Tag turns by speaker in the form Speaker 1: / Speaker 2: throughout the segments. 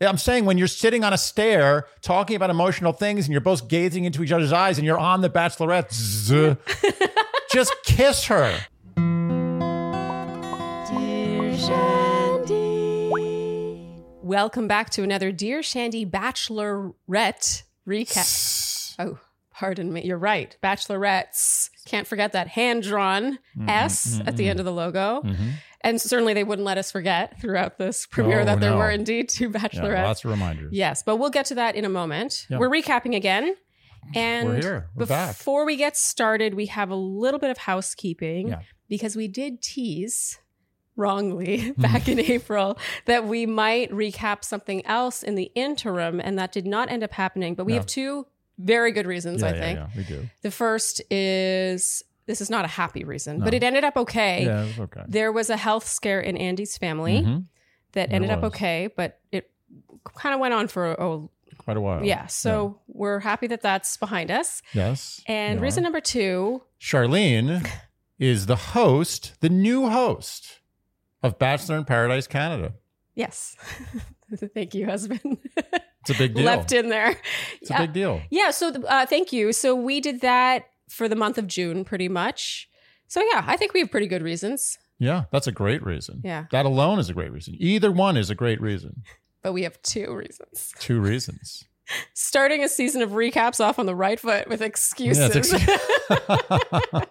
Speaker 1: I'm saying when you're sitting on a stair talking about emotional things and you're both gazing into each other's eyes and you're on the bachelorette, zzz, just kiss her.
Speaker 2: Dear Shandy.
Speaker 3: Welcome back to another Dear Shandy Bachelorette recap. Oh, pardon me. You're right. Bachelorettes. Can't forget that hand drawn
Speaker 1: Mm-hmm.
Speaker 3: S at the end of the logo. And certainly they wouldn't let us forget throughout this premiere
Speaker 1: Oh,
Speaker 3: that there
Speaker 1: no.
Speaker 3: were indeed two
Speaker 1: Yeah,
Speaker 3: bachelorettes.
Speaker 1: lots of reminders.
Speaker 3: Yes, but we'll get to that in a moment.
Speaker 1: Yeah.
Speaker 3: We're recapping again. And
Speaker 1: We're here. We're back.
Speaker 3: before we get started, we have a little bit of housekeeping
Speaker 1: Yeah.
Speaker 3: because we did tease wrongly back in April that we might recap something else in the interim, and that did not end up happening. But we
Speaker 1: No.
Speaker 3: have two very good reasons,
Speaker 1: yeah,
Speaker 3: I
Speaker 1: yeah,
Speaker 3: think.
Speaker 1: yeah, we do.
Speaker 3: The first is this is not a happy reason, but
Speaker 1: No.
Speaker 3: it ended up okay.
Speaker 1: yeah, it's okay.
Speaker 3: There was a health scare in Andy's family
Speaker 1: Mhm.
Speaker 3: that
Speaker 1: There
Speaker 3: ended up
Speaker 1: was.
Speaker 3: okay, but it kind of went on for a
Speaker 1: Quite a while.
Speaker 3: yeah. So we're happy that that's behind us.
Speaker 1: Yes.
Speaker 3: And
Speaker 1: we are.
Speaker 3: reason number two,
Speaker 1: Charlene is the host, the new host of Bachelor in Paradise Canada.
Speaker 3: yes. thank you, husband.
Speaker 1: It's a big deal.
Speaker 3: Left in there.
Speaker 1: it's a
Speaker 3: Yeah.
Speaker 1: big deal.
Speaker 3: yeah. So the- uh, thank you. So we did that for the month of June, pretty much. So yeah, I think we have pretty good reasons.
Speaker 1: Yeah, that's a great reason.
Speaker 3: Yeah.
Speaker 1: That alone is a great reason. Either one is a great reason.
Speaker 3: But we have two reasons.
Speaker 1: Two reasons.
Speaker 3: Starting a season of recaps off on the right foot with
Speaker 1: Yeah,
Speaker 3: excuses.
Speaker 1: it's ex-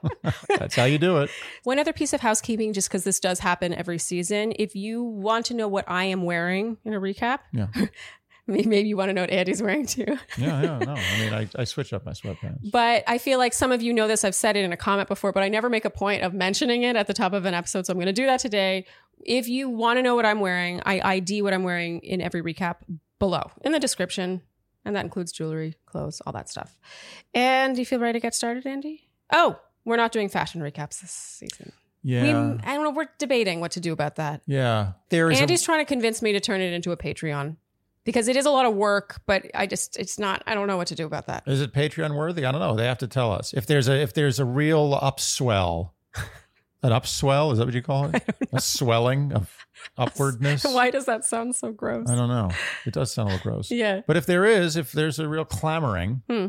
Speaker 1: that's how you do it.
Speaker 3: One other piece of housekeeping, just because this does happen every season. If you want to know what I am wearing in a recap,
Speaker 1: Yeah.
Speaker 3: may- maybe you want to know what Andy's wearing too.
Speaker 1: Yeah, yeah, no. I mean, I, I switch up my sweatpants.
Speaker 3: But I feel like some of you know this. I've said it in a comment before, but I never make a point of mentioning it at the top of an episode. So I'm going to do that today. If you want to know what I'm wearing, I ID what I'm wearing in every recap below in the description. And that includes jewelry, clothes, all that stuff. And you feel ready to get started, Andy? Oh, we're not doing fashion recaps this season.
Speaker 1: Yeah.
Speaker 3: We, I don't know. We're debating what to do about that.
Speaker 1: yeah. There is a-
Speaker 3: Andy's trying to convince me to turn it into a Patreon because it is a lot of work, but I just, it's not, I don't know what to do about that.
Speaker 1: Is it Patreon worthy? I don't know. They have to tell us if there's a if there's a real upswell. An upswell is that what you call it? A swelling of upwardness.
Speaker 3: Why does that sound so gross?
Speaker 1: I don't know. It does sound a little gross.
Speaker 3: Yeah.
Speaker 1: But if there is, if there's a real clamoring,
Speaker 3: Hmm.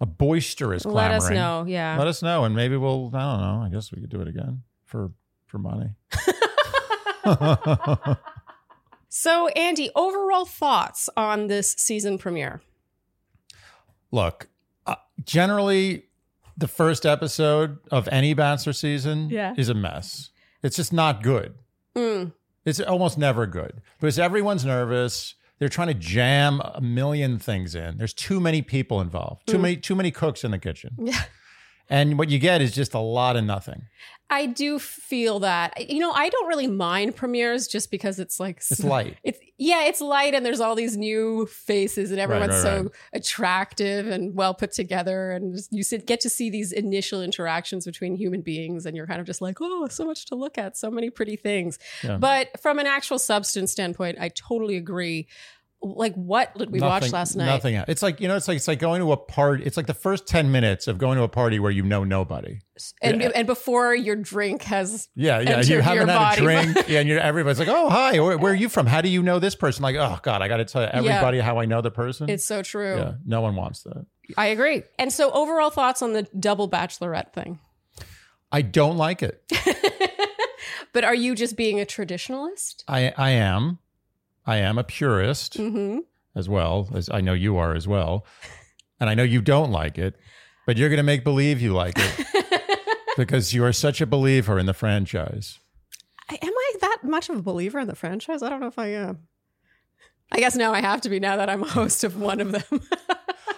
Speaker 1: a boisterous clamoring,
Speaker 3: Let us know. Yeah.
Speaker 1: Let us know, and maybe we'll. I don't know. I guess we could do it again for for money.
Speaker 3: so, Andy, overall thoughts on this season premiere?
Speaker 1: Look, uh, generally, the first episode of any Bachelor season
Speaker 3: Yeah.
Speaker 1: is a mess. It's just not good.
Speaker 3: Mm,
Speaker 1: It's almost never good because everyone's nervous. They're trying to jam a million things in. There's too many people involved. Too
Speaker 3: Mm.
Speaker 1: many too many cooks in the kitchen.
Speaker 3: Yeah.
Speaker 1: And what you get is just a lot of nothing.
Speaker 3: I do feel that. You know, I don't really mind premieres just because it's like
Speaker 1: It's light.
Speaker 3: It's yeah, it's light and there's all these new faces and everyone's
Speaker 1: right,
Speaker 3: so
Speaker 1: right.
Speaker 3: attractive and well put together and just, you sit, get to see these initial interactions between human beings and you're kind of just like, "Oh, so much to look at, so many pretty things."
Speaker 1: Yeah.
Speaker 3: But from an actual substance standpoint, I totally agree. Like what did we
Speaker 1: nothing,
Speaker 3: watch last night?
Speaker 1: Nothing. else. It's like, you know, it's like it's like going to a party. It's like the first 10 minutes of going to a party where you know nobody.
Speaker 3: And
Speaker 1: Yeah. Mm-hmm.
Speaker 3: and before your drink has
Speaker 1: Yeah, yeah.
Speaker 3: Enter
Speaker 1: you haven't
Speaker 3: your
Speaker 1: had a
Speaker 3: body.
Speaker 1: drink, yeah, and you're, everybody's like, "Oh, hi. Where, where are you from? How do you know this person?" Like, oh God, I got to tell everybody how I know the person.
Speaker 3: it's so true.
Speaker 1: yeah, no one wants that.
Speaker 3: I agree. And so overall thoughts on the double bachelorette thing.
Speaker 1: I don't like it.
Speaker 3: but are you just being a traditionalist?
Speaker 1: I I am, I am a purist
Speaker 3: Mhm.
Speaker 1: as well as I know you are as well, and I know you don't like it, but you're going to make believe you like it because you are such a believer in the franchise.
Speaker 3: I- am I that much of a believer in the franchise? I don't know if I am. I guess now I have to be now that I'm a host of one of them.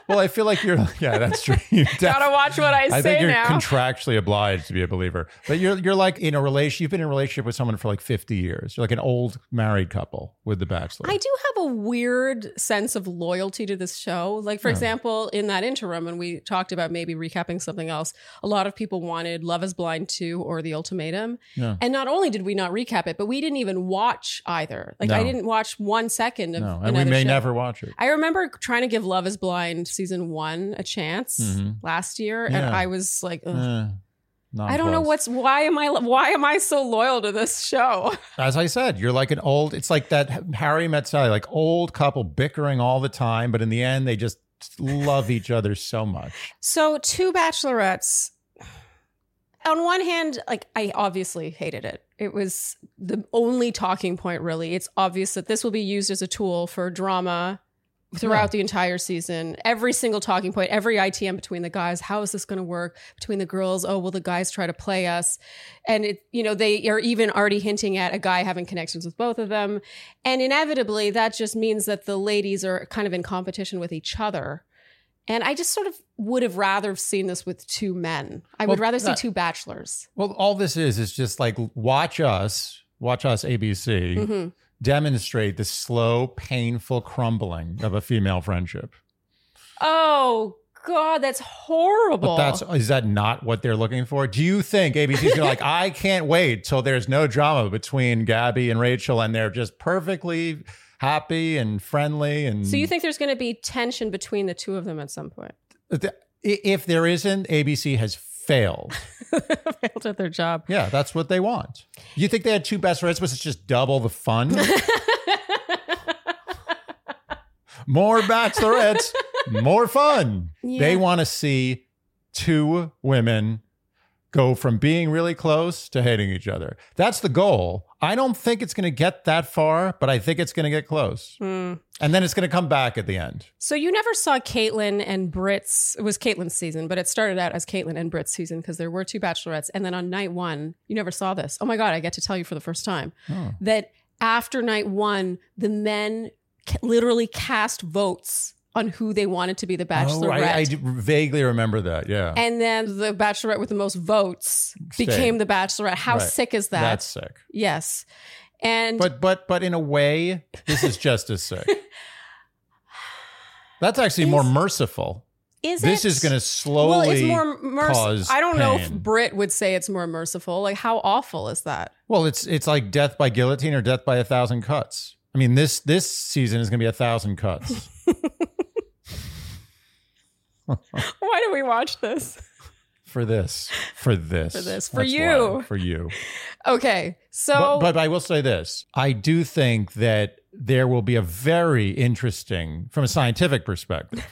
Speaker 1: Well, I feel like you're. Yeah, that's true. You
Speaker 3: Gotta
Speaker 1: def-
Speaker 3: watch what I,
Speaker 1: I
Speaker 3: say
Speaker 1: think you're
Speaker 3: now.
Speaker 1: contractually obliged to be a believer, but you're you're like in a relation. You've been in a relationship with someone for like fifty years. You're like an old married couple with The Bachelor.
Speaker 3: I do have a weird sense of loyalty to this show. Like, for example, in that interim, when we talked about maybe recapping something else, a lot of people wanted Love is Blind 2 or The Ultimatum.
Speaker 1: Yeah.
Speaker 3: And not only did we not recap it, but we didn't even watch either. Like, I
Speaker 1: No.
Speaker 3: didn't watch one second of
Speaker 1: no, and
Speaker 3: another
Speaker 1: we may
Speaker 3: show.
Speaker 1: never watch it.
Speaker 3: I remember trying to give Love is Blind season one a chance
Speaker 1: Mhm.
Speaker 3: last year,
Speaker 1: Yeah.
Speaker 3: and I was like, ugh.
Speaker 1: Uh,
Speaker 3: I don't know
Speaker 1: nonplussed.
Speaker 3: what's why am I why am I so loyal to this show?
Speaker 1: As I said, you're like an old. It's like that Harry met Sally, like old couple bickering all the time, but in the end, they just love each other so much.
Speaker 3: So two bachelorettes. On one hand, like I obviously hated it. It was the only talking point really. It's obvious that this will be used as a tool for drama throughout
Speaker 1: Yeah.
Speaker 3: the entire season. Every single talking point, every ITM between the guys, how is this going to work? Between the girls, oh, will the guys try to play us? And it, you know, they are even already hinting at a guy having connections with both of them. And inevitably, that just means that the ladies are kind of in competition with each other. And I just sort of would have rather have seen this with two men. I would
Speaker 1: Well,
Speaker 3: rather see
Speaker 1: that-
Speaker 3: two bachelors.
Speaker 1: Well, all this is is just like watch us, watch us, ABC,
Speaker 3: Mhm.
Speaker 1: demonstrate the slow, painful crumbling of a female friendship.
Speaker 3: Oh God, that's
Speaker 1: But
Speaker 3: horrible.
Speaker 1: that's is that not what they're looking for? Do you think ABC's gonna like, I can't wait till there's no drama between Gabby and Rachel and they're just perfectly happy and friendly and
Speaker 3: so you think there's going to be tension between the two of them at some point?
Speaker 1: I- if there isn't, ABC has failed.
Speaker 3: Failed at their job.
Speaker 1: Yeah, that's what they want. You think they had two best friends, was it's just double the fun? more bachelorettes, more fun.
Speaker 3: Yeah.
Speaker 1: They want to see two women go from being really close to hating each other. That's the goal. I don't think it's going to get that far, but I think it's going to get close.
Speaker 3: Hmm.
Speaker 1: And then it's going to come back at the end.
Speaker 3: So you never saw Caitlyn and Brit's. It was Caitlyn's season, but it started out as Caitlyn and Brit's season because there were two bachelorettes. And then on night one, you never saw this. Oh my God, I get to tell you for the first time
Speaker 1: Hmm.
Speaker 3: that after night one, the men ca- literally cast votes on who they wanted to be the bachelorette.
Speaker 1: Oh, I, I do- vaguely remember that. Yeah.
Speaker 3: and then the bachelorette with the most votes
Speaker 1: Stayed.
Speaker 3: became the bachelorette. How
Speaker 1: Right.
Speaker 3: sick is that?
Speaker 1: That's sick.
Speaker 3: yes. And
Speaker 1: But but but in a way, this is just as sick. That's actually more
Speaker 3: Is-
Speaker 1: merciful.
Speaker 3: is
Speaker 1: this
Speaker 3: it-
Speaker 1: is going to slowly
Speaker 3: well, it's more merciful.
Speaker 1: cause
Speaker 3: I don't know if
Speaker 1: pain.
Speaker 3: Brit would say it's more merciful. Like, how awful is that?
Speaker 1: Well, it's it's like death by guillotine or death by a thousand cuts. I mean, this this season is going to be a thousand cuts.
Speaker 3: Why do we watch this?
Speaker 1: For this, for this,
Speaker 3: For this, for
Speaker 1: That's
Speaker 3: you.
Speaker 1: why, for you.
Speaker 3: Okay, so
Speaker 1: But, but I will say this: I do think that there will be a very interesting, from a scientific perspective,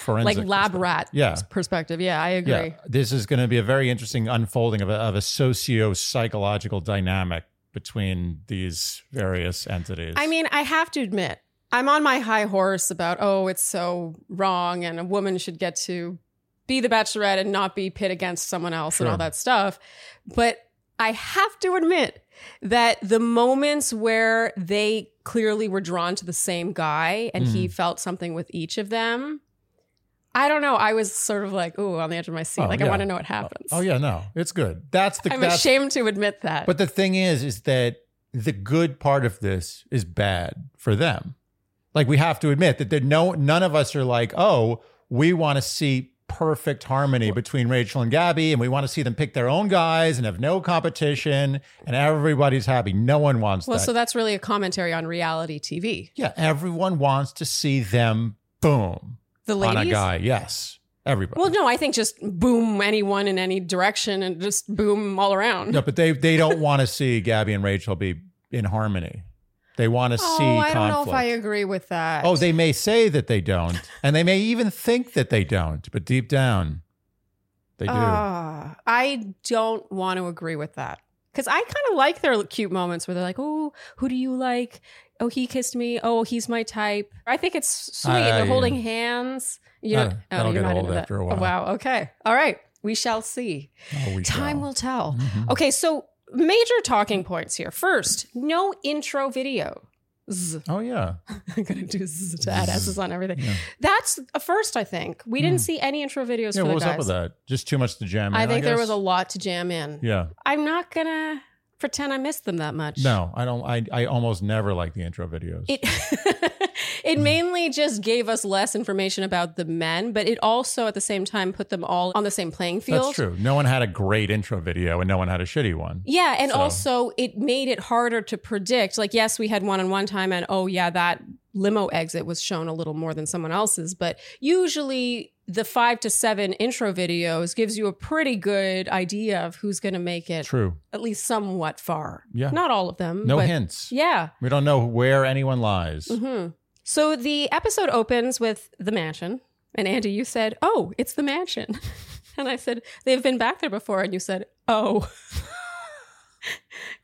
Speaker 1: forensic,
Speaker 3: like lab rat
Speaker 1: Yeah.
Speaker 3: perspective. Yeah, I agree.
Speaker 1: Yeah, this is going to be a very interesting unfolding of a, of a socio psychological dynamic between these various entities.
Speaker 3: I mean, I have to admit, I'm on my high horse about, oh, it's so wrong and a woman should get to be the bachelorette and not be pit against someone else and
Speaker 1: Sure.
Speaker 3: all that stuff. But I have to admit that the moments where they clearly were drawn to the same guy and
Speaker 1: Mm.
Speaker 3: he felt something with each of them, I don't know. I was sort of like, ooh, on the edge of my seat.
Speaker 1: Oh,
Speaker 3: like, I
Speaker 1: yeah.
Speaker 3: want to know what happens.
Speaker 1: oh yeah, no, it's good. That's the
Speaker 3: I'm
Speaker 1: that's
Speaker 3: ashamed to admit that.
Speaker 1: But the thing is, is that the good part of this is bad for them. Like we have to admit that there no none of us are like, oh, we want to see perfect harmony between Rachel and Gabby, and we want to see them pick their own guys and have no competition, and everybody's happy. No one wants
Speaker 3: well,
Speaker 1: that.
Speaker 3: so that's really a commentary on reality TV.
Speaker 1: yeah, everyone wants to see them boom
Speaker 3: The
Speaker 1: on
Speaker 3: ladies.
Speaker 1: a guy. Yes, everybody.
Speaker 3: Well, no, I think just boom anyone in any direction and just boom all around.
Speaker 1: no, but they they don't want to see Gabby and Rachel be in harmony. They want to
Speaker 3: Oh,
Speaker 1: see.
Speaker 3: I
Speaker 1: conflict.
Speaker 3: don't know if I agree with that.
Speaker 1: Oh, they may say that they don't, and they may even think that they don't, but deep down, they do.
Speaker 3: Ah, I don't want to agree with that because I kind of like their cute moments where they're like, "Oh, who do you like? Oh, he kissed me. Oh, he's my type." I think it's sweet.
Speaker 1: I- Uh,
Speaker 3: they're holding hands. You
Speaker 1: I-
Speaker 3: don't, oh,
Speaker 1: that'll
Speaker 3: you're
Speaker 1: get
Speaker 3: not
Speaker 1: old
Speaker 3: into that.
Speaker 1: after a
Speaker 3: Oh,
Speaker 1: while.
Speaker 3: wow. Okay. All right. We shall see.
Speaker 1: Oh, we
Speaker 3: Time
Speaker 1: shall.
Speaker 3: will Oh, tell.
Speaker 1: Mhm.
Speaker 3: Okay. So major talking points here. First, no intro video. Zzz.
Speaker 1: Oh yeah,
Speaker 3: I'm gonna do zzz to add s's on everything.
Speaker 1: Yeah. Hmm.
Speaker 3: That's a first, I think. We didn't see any intro videos
Speaker 1: yeah.
Speaker 3: for
Speaker 1: What
Speaker 3: the
Speaker 1: was
Speaker 3: guys.
Speaker 1: up with that? Just too much to jam. In,
Speaker 3: I think there
Speaker 1: guess?
Speaker 3: was a lot to jam in.
Speaker 1: Yeah.
Speaker 3: I'm not gonna pretend I missed them that much.
Speaker 1: No, I don't. I I almost never like the intro videos.
Speaker 3: It it mainly just gave us less information about the men, but it also at the same time put them all on the same playing field.
Speaker 1: That's true. No one had a great intro video, and no one had a shitty one.
Speaker 3: Yeah, and
Speaker 1: So-
Speaker 3: also it made it harder to predict. Like, yes, we had one on one time, and oh yeah, that limo exit was shown a little more than someone else's, but usually the five to seven intro videos gives you a pretty good idea of who's going to make it
Speaker 1: True.
Speaker 3: at least somewhat far.
Speaker 1: Yeah.
Speaker 3: Not all of them.
Speaker 1: No
Speaker 3: but
Speaker 1: hints.
Speaker 3: Yeah.
Speaker 1: We don't know where anyone lies.
Speaker 3: hmm So the episode opens with the mansion. And Andy, you said, Oh, it's the mansion. and I said, They've been back there before. And you said, Oh.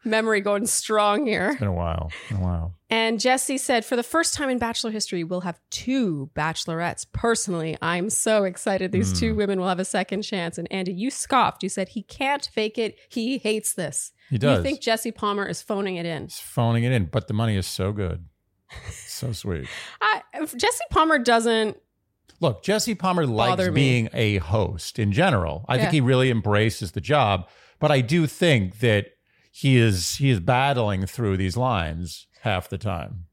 Speaker 3: Memory going strong here.
Speaker 1: Been a while. Been a while.
Speaker 3: And Jesse said, For the first time in Bachelor history, we'll have two bachelorettes. Personally, I'm so excited these two
Speaker 1: Mm.
Speaker 3: women will have a second chance. And Andy, you scoffed. You said, He can't fake it. He hates this.
Speaker 1: He does.
Speaker 3: You think Jesse Palmer is phoning it in.
Speaker 1: He's phoning it in, but the money is so good. so sweet.
Speaker 3: I, if Jesse Palmer doesn't.
Speaker 1: Look, Jesse Palmer likes
Speaker 3: Bother me.
Speaker 1: being a host in general. I
Speaker 3: Yeah.
Speaker 1: think he really embraces the job, but I do think that he is he is battling through these lines half the time.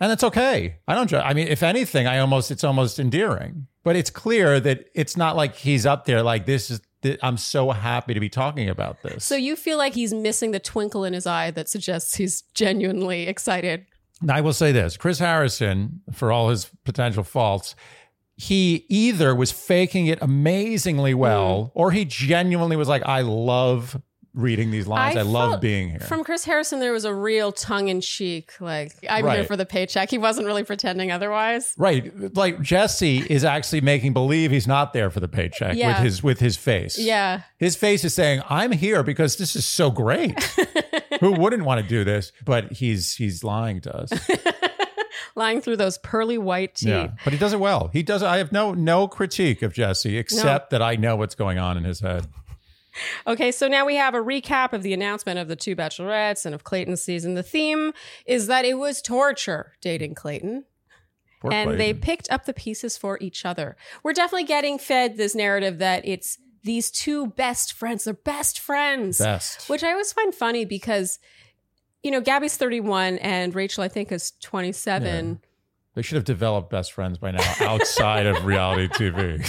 Speaker 1: And that's okay. I don't ju- I mean if anything I almost it's almost endearing. But it's clear that it's not like he's up there like this is th- I'm so happy to be talking about this.
Speaker 3: So you feel like he's missing the twinkle in his eye that suggests he's genuinely excited.
Speaker 1: Now, I will say this Chris Harrison, for all his potential faults, he either was faking it amazingly well
Speaker 3: Mm.
Speaker 1: or he genuinely was like, I love reading these lines.
Speaker 3: I
Speaker 1: I, love
Speaker 3: felt
Speaker 1: being here.
Speaker 3: From Chris Harrison, there was a real tongue in cheek, like, I'm here
Speaker 1: Right.
Speaker 3: for the paycheck. He wasn't really pretending otherwise.
Speaker 1: right. Like Jesse is actually making believe he's not there for the paycheck with
Speaker 3: Yeah.
Speaker 1: his with his face.
Speaker 3: Yeah.
Speaker 1: His face is saying, I'm here because this is so great. Who wouldn't want to do this? But he's he's lying to us.
Speaker 3: lying through those pearly white teeth.
Speaker 1: Yeah, but he does it well. He does. I have no no critique of Jesse except that I know what's going on in his head.
Speaker 3: Okay, so now we have a recap of the announcement of the two bachelorettes and of Clayton's season. The theme is that it was torture dating Clayton,
Speaker 1: Poor
Speaker 3: and they
Speaker 1: Clayton.
Speaker 3: picked up the pieces for each other. We're definitely getting fed this narrative that it's these two best friends, they're best friends,
Speaker 1: best.
Speaker 3: which I always find funny because, you know, Gabby's 31 and Rachel, I think, is 27.
Speaker 1: they should have developed best friends by now outside of reality TV.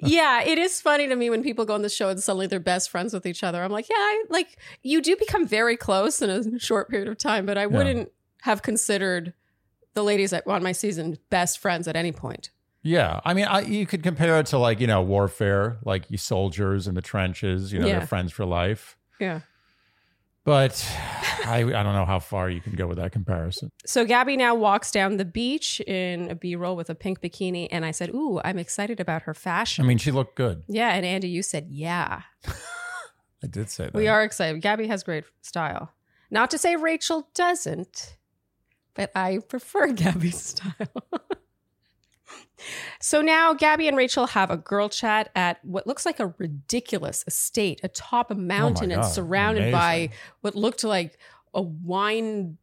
Speaker 3: yeah, it is funny to me when people go on the show and suddenly they're best friends with each other. I'm like, yeah, I, like you do become very close in a short period of time, but I wouldn't have considered the ladies that on my season best friends at any point.
Speaker 1: Yeah, I mean, I, you could compare it to like you know warfare, like you soldiers in the trenches. You know,
Speaker 3: Yeah.
Speaker 1: they're friends for life.
Speaker 3: Yeah.
Speaker 1: But I, I don't know how far you can go with that comparison.
Speaker 3: So Gabby now walks down the beach in a B roll with a pink bikini, and I said, "Ooh, I'm excited about her
Speaker 1: I
Speaker 3: fashion."
Speaker 1: mean, she looked good.
Speaker 3: yeah, and Andy, you said, "Yeah,
Speaker 1: I did say that.
Speaker 3: we are excited." Gabby has great style. Not to say Rachel doesn't, but I prefer Gabby's style. so now Gabby and Rachel have a girl chat at what looks like a ridiculous estate atop a
Speaker 1: Oh my
Speaker 3: mountain and
Speaker 1: God,
Speaker 3: surrounded
Speaker 1: amazing.
Speaker 3: by what looked like a wine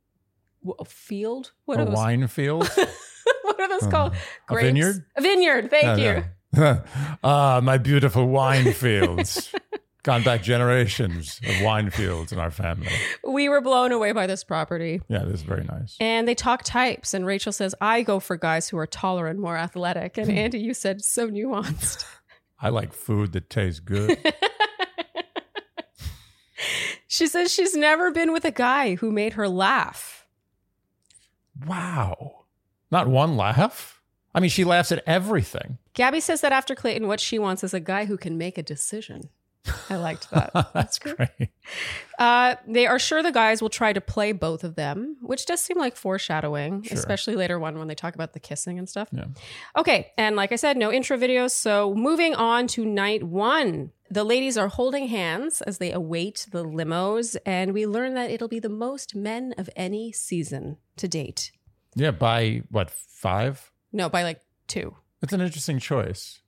Speaker 3: w- a field. What
Speaker 1: a
Speaker 3: are those?
Speaker 1: wine field.
Speaker 3: what are those called?
Speaker 1: A
Speaker 3: Grapes?
Speaker 1: vineyard?
Speaker 3: A vineyard. Thank you.
Speaker 1: you. ah, my beautiful wine fields. Gone back generations of wine fields in our family.
Speaker 3: We were blown away by this property.
Speaker 1: Yeah, this is very nice.
Speaker 3: And they talk types, and Rachel says, I go for guys who are taller and more athletic. And Andy, you said so nuanced.
Speaker 1: I like food that tastes good.
Speaker 3: she says she's never been with a guy who made her laugh.
Speaker 1: wow. Not one laugh? I mean, she laughs at everything.
Speaker 3: Gabby says that after Clayton, what she wants is a guy who can make a decision. I liked that.
Speaker 1: That's great.
Speaker 3: Uh, they are sure the guys will try to play both of them, which does seem like foreshadowing,
Speaker 1: Sure.
Speaker 3: especially later on when they talk about the kissing and stuff.
Speaker 1: Yeah.
Speaker 3: Okay, and like I said, no intro videos. So moving on to night one, the ladies are holding hands as they await the limos, and we learn that it'll be the most men of any season to date.
Speaker 1: Yeah, by what, five?
Speaker 3: No, by like two.
Speaker 1: It's an interesting choice.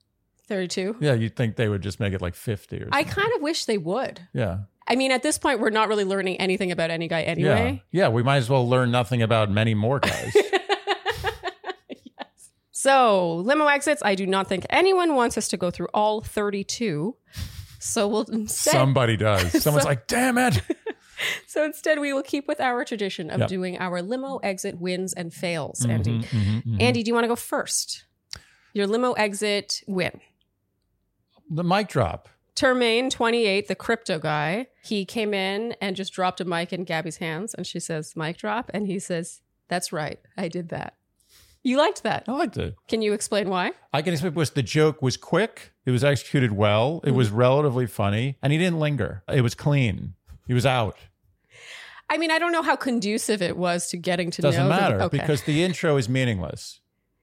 Speaker 3: 32.
Speaker 1: Yeah, you'd think they would just make it like 50 or something.
Speaker 3: I kind of wish they would.
Speaker 1: yeah.
Speaker 3: I mean, at this point, we're not really learning anything about any guy anyway.
Speaker 1: Yeah. Yeah, we might as well learn nothing about many more guys.
Speaker 3: yes. So, limo exits. I do not think anyone wants us to go through all 32. So we'll instead,
Speaker 1: Somebody does. Someone's like, damn it.
Speaker 3: so instead we will keep with our tradition of
Speaker 1: Yep.
Speaker 3: doing our limo exit wins and fails, Andy.
Speaker 1: Mhm, mhm, mhm.
Speaker 3: Andy, do you want to go first? Your limo exit win.
Speaker 1: The mic drop.
Speaker 3: Termaine 28, the crypto guy, he came in and just dropped a mic in Gabby's hands and she says, mic drop. And he says, That's right, I did that. You liked that.
Speaker 1: I liked it.
Speaker 3: Can you explain why?
Speaker 1: I can explain was the joke was quick. It was executed well. It
Speaker 3: Hmm.
Speaker 1: was relatively funny, and he didn't linger. It was clean. He was out.
Speaker 3: I mean, I don't know how conducive it was to getting to
Speaker 1: Doesn't
Speaker 3: know. the-
Speaker 1: matter
Speaker 3: okay.
Speaker 1: because the intro is meaningless.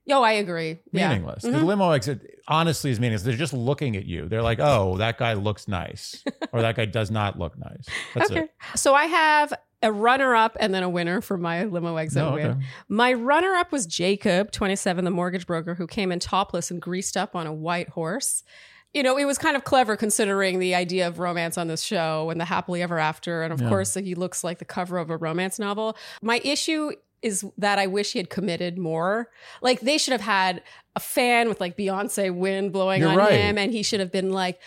Speaker 3: oh, I agree. Yeah. Mm-hmm.
Speaker 1: Meaningless. The limo exit honestly is meaningless. They're just looking at you. They're like, "Oh, that guy looks nice," or "That guy does not look nice." That's
Speaker 3: okay.
Speaker 1: it.
Speaker 3: So I have a runner-up and then a winner for my limo exit
Speaker 1: No,
Speaker 3: win.
Speaker 1: okay.
Speaker 3: My runner up was Jacob, 27, the mortgage broker who came in topless and greased up on a white horse. You know, it was kind of clever considering the idea of romance on this show and the happily ever after. And of
Speaker 1: Yeah.
Speaker 3: course, he looks like the cover of a romance novel. My issue is that I wish he had committed more. Like, they should have had a fan with like Beyonce wind blowing
Speaker 1: You're
Speaker 3: on
Speaker 1: right.
Speaker 3: him, and he should have been like,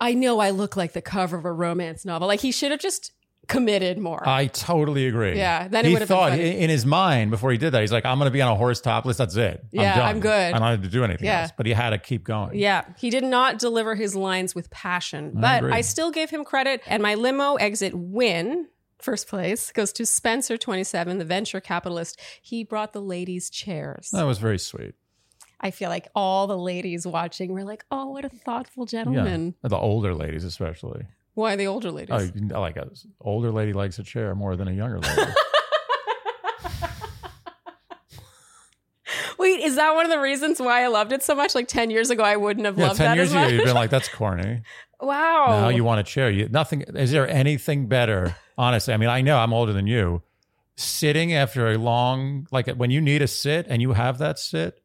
Speaker 3: I know I look like the cover of a romance novel. Like, he should have just committed more.
Speaker 1: I totally agree.
Speaker 3: Yeah, then it
Speaker 1: he
Speaker 3: would've been
Speaker 1: thought
Speaker 3: funny.
Speaker 1: in in his mind before he did that, he's like, "I'm going to be on a horse topless. That's it.
Speaker 3: Yeah,
Speaker 1: I'm, done.
Speaker 3: I'm good."
Speaker 1: I don't have to do anything
Speaker 3: Yeah.
Speaker 1: else." But he had to keep going.
Speaker 3: Yeah, he did not deliver his lines with passion, but
Speaker 1: agree.
Speaker 3: I, still gave him credit. And my limo exit win, first place, goes to Spencer27, the venture capitalist. He brought the ladies' chairs.
Speaker 1: that was very sweet.
Speaker 3: I feel like all the ladies watching were like, oh, what a thoughtful gentleman.
Speaker 1: The older ladies, especially.
Speaker 3: Why the older ladies?
Speaker 1: Oh, you can- like a older lady likes a chair more than a younger lady.
Speaker 3: Wait, is that one of the reasons why I loved it so much? Like 10 years ago, I wouldn't have
Speaker 1: yeah,
Speaker 3: loved
Speaker 1: ten
Speaker 3: that
Speaker 1: years
Speaker 3: as
Speaker 1: ago,
Speaker 3: much. Oh.
Speaker 1: you've been like, "That's corny."
Speaker 3: wow.
Speaker 1: Now you want a chair. You, nothing. Is there anything better? Honestly, I mean, I know I'm older than you. Sitting after a long, like when you need a sit and you have that sit.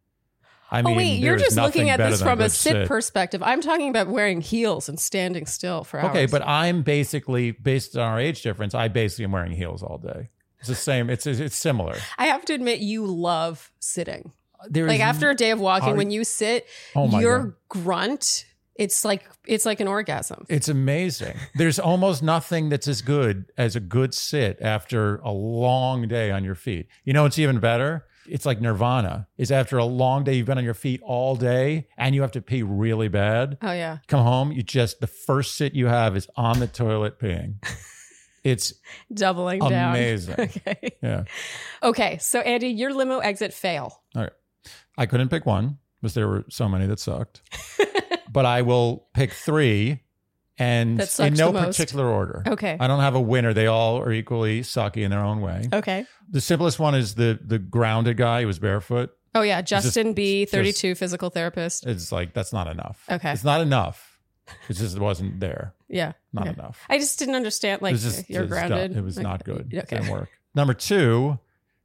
Speaker 1: I mean,
Speaker 3: oh wait,
Speaker 1: there
Speaker 3: you're
Speaker 1: is
Speaker 3: just
Speaker 1: nothing
Speaker 3: looking at
Speaker 1: better
Speaker 3: this
Speaker 1: than
Speaker 3: from a
Speaker 1: good
Speaker 3: sit, perspective. I'm talking about wearing heels and standing still for hours.
Speaker 1: Okay, but I'm basically based on our age difference. I basically am wearing heels all day. It's the same. It's it's, it's similar.
Speaker 3: I have to admit, you love sitting.
Speaker 1: There
Speaker 3: Like
Speaker 1: is-
Speaker 3: after a day of walking,
Speaker 1: Are-
Speaker 3: when you sit,
Speaker 1: oh my
Speaker 3: your
Speaker 1: God.
Speaker 3: grunt, it's like it's like an orgasm.
Speaker 1: It's amazing. There's almost nothing that's as good as a good sit after a long day on your feet. You know, it's even better. It's like Nirvana is after a long day you've been on your feet all day and you have to pee really bad.
Speaker 3: Oh yeah,
Speaker 1: Come home, you just the first sit you have is on the toilet peeing. It's
Speaker 3: doubling down.
Speaker 1: amazing.
Speaker 3: Okay.
Speaker 1: Yeah.
Speaker 3: Okay. So Andy, your limo exit fail.
Speaker 1: I couldn't pick one because there were so many that sucked. but I will pick three and
Speaker 3: That sucked
Speaker 1: in no
Speaker 3: the most.
Speaker 1: particular order.
Speaker 3: Okay.
Speaker 1: I don't have a winner. They all are equally sucky in their own way.
Speaker 3: Okay.
Speaker 1: The simplest one is the the grounded guy who was barefoot.
Speaker 3: Oh yeah, Justin B,
Speaker 1: just-
Speaker 3: 32, physical therapist.
Speaker 1: It's like that's not enough.
Speaker 3: Okay.
Speaker 1: It's not enough. It just wasn't there.
Speaker 3: Yeah.
Speaker 1: Not
Speaker 3: Okay.
Speaker 1: enough.
Speaker 3: I just didn't understand. Like
Speaker 1: it was just
Speaker 3: you're
Speaker 1: it was dumb.
Speaker 3: grounded.
Speaker 1: It was
Speaker 3: Like,
Speaker 1: not good. It
Speaker 3: Okay.
Speaker 1: didn't work. Number two,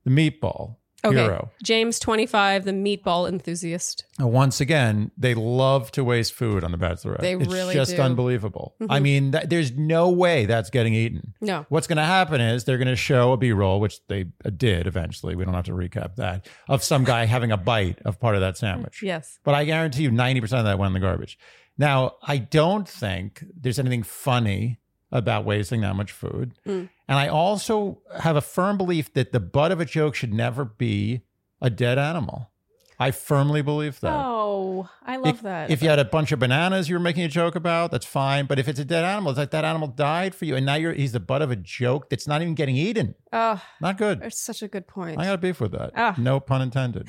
Speaker 1: the meatball
Speaker 3: Okay.
Speaker 1: hero.
Speaker 3: James, 25, the meatball enthusiast.
Speaker 1: Now, Once again, they love to waste food on the Bachelorette.
Speaker 3: They
Speaker 1: it's
Speaker 3: really
Speaker 1: just
Speaker 3: do.
Speaker 1: unbelievable. I
Speaker 3: Mhm.
Speaker 1: mean, that, there's no way that's getting eaten.
Speaker 3: No.
Speaker 1: What's going to happen is they're going to show a B-roll, which they uh, did eventually. We don't have to recap that of some guy having a bite of part of that sandwich.
Speaker 3: Yes.
Speaker 1: But I guarantee you 90% of that went in the garbage. Now, I don't think there's anything funny about wasting that much food.
Speaker 3: Mm.
Speaker 1: And I also have a firm belief that the butt of a joke should never be a dead animal. I firmly believe that.
Speaker 3: Oh, I love
Speaker 1: If,
Speaker 3: that.
Speaker 1: if you had a bunch of bananas you were making a joke about, that's fine. But if it's a dead animal, it's like that animal died for you, and now you're he's the butt of a joke that's not even getting eaten.
Speaker 3: oh,
Speaker 1: Not good.
Speaker 3: that's such a good point.
Speaker 1: I got beef with that.
Speaker 3: Ah.
Speaker 1: No pun intended.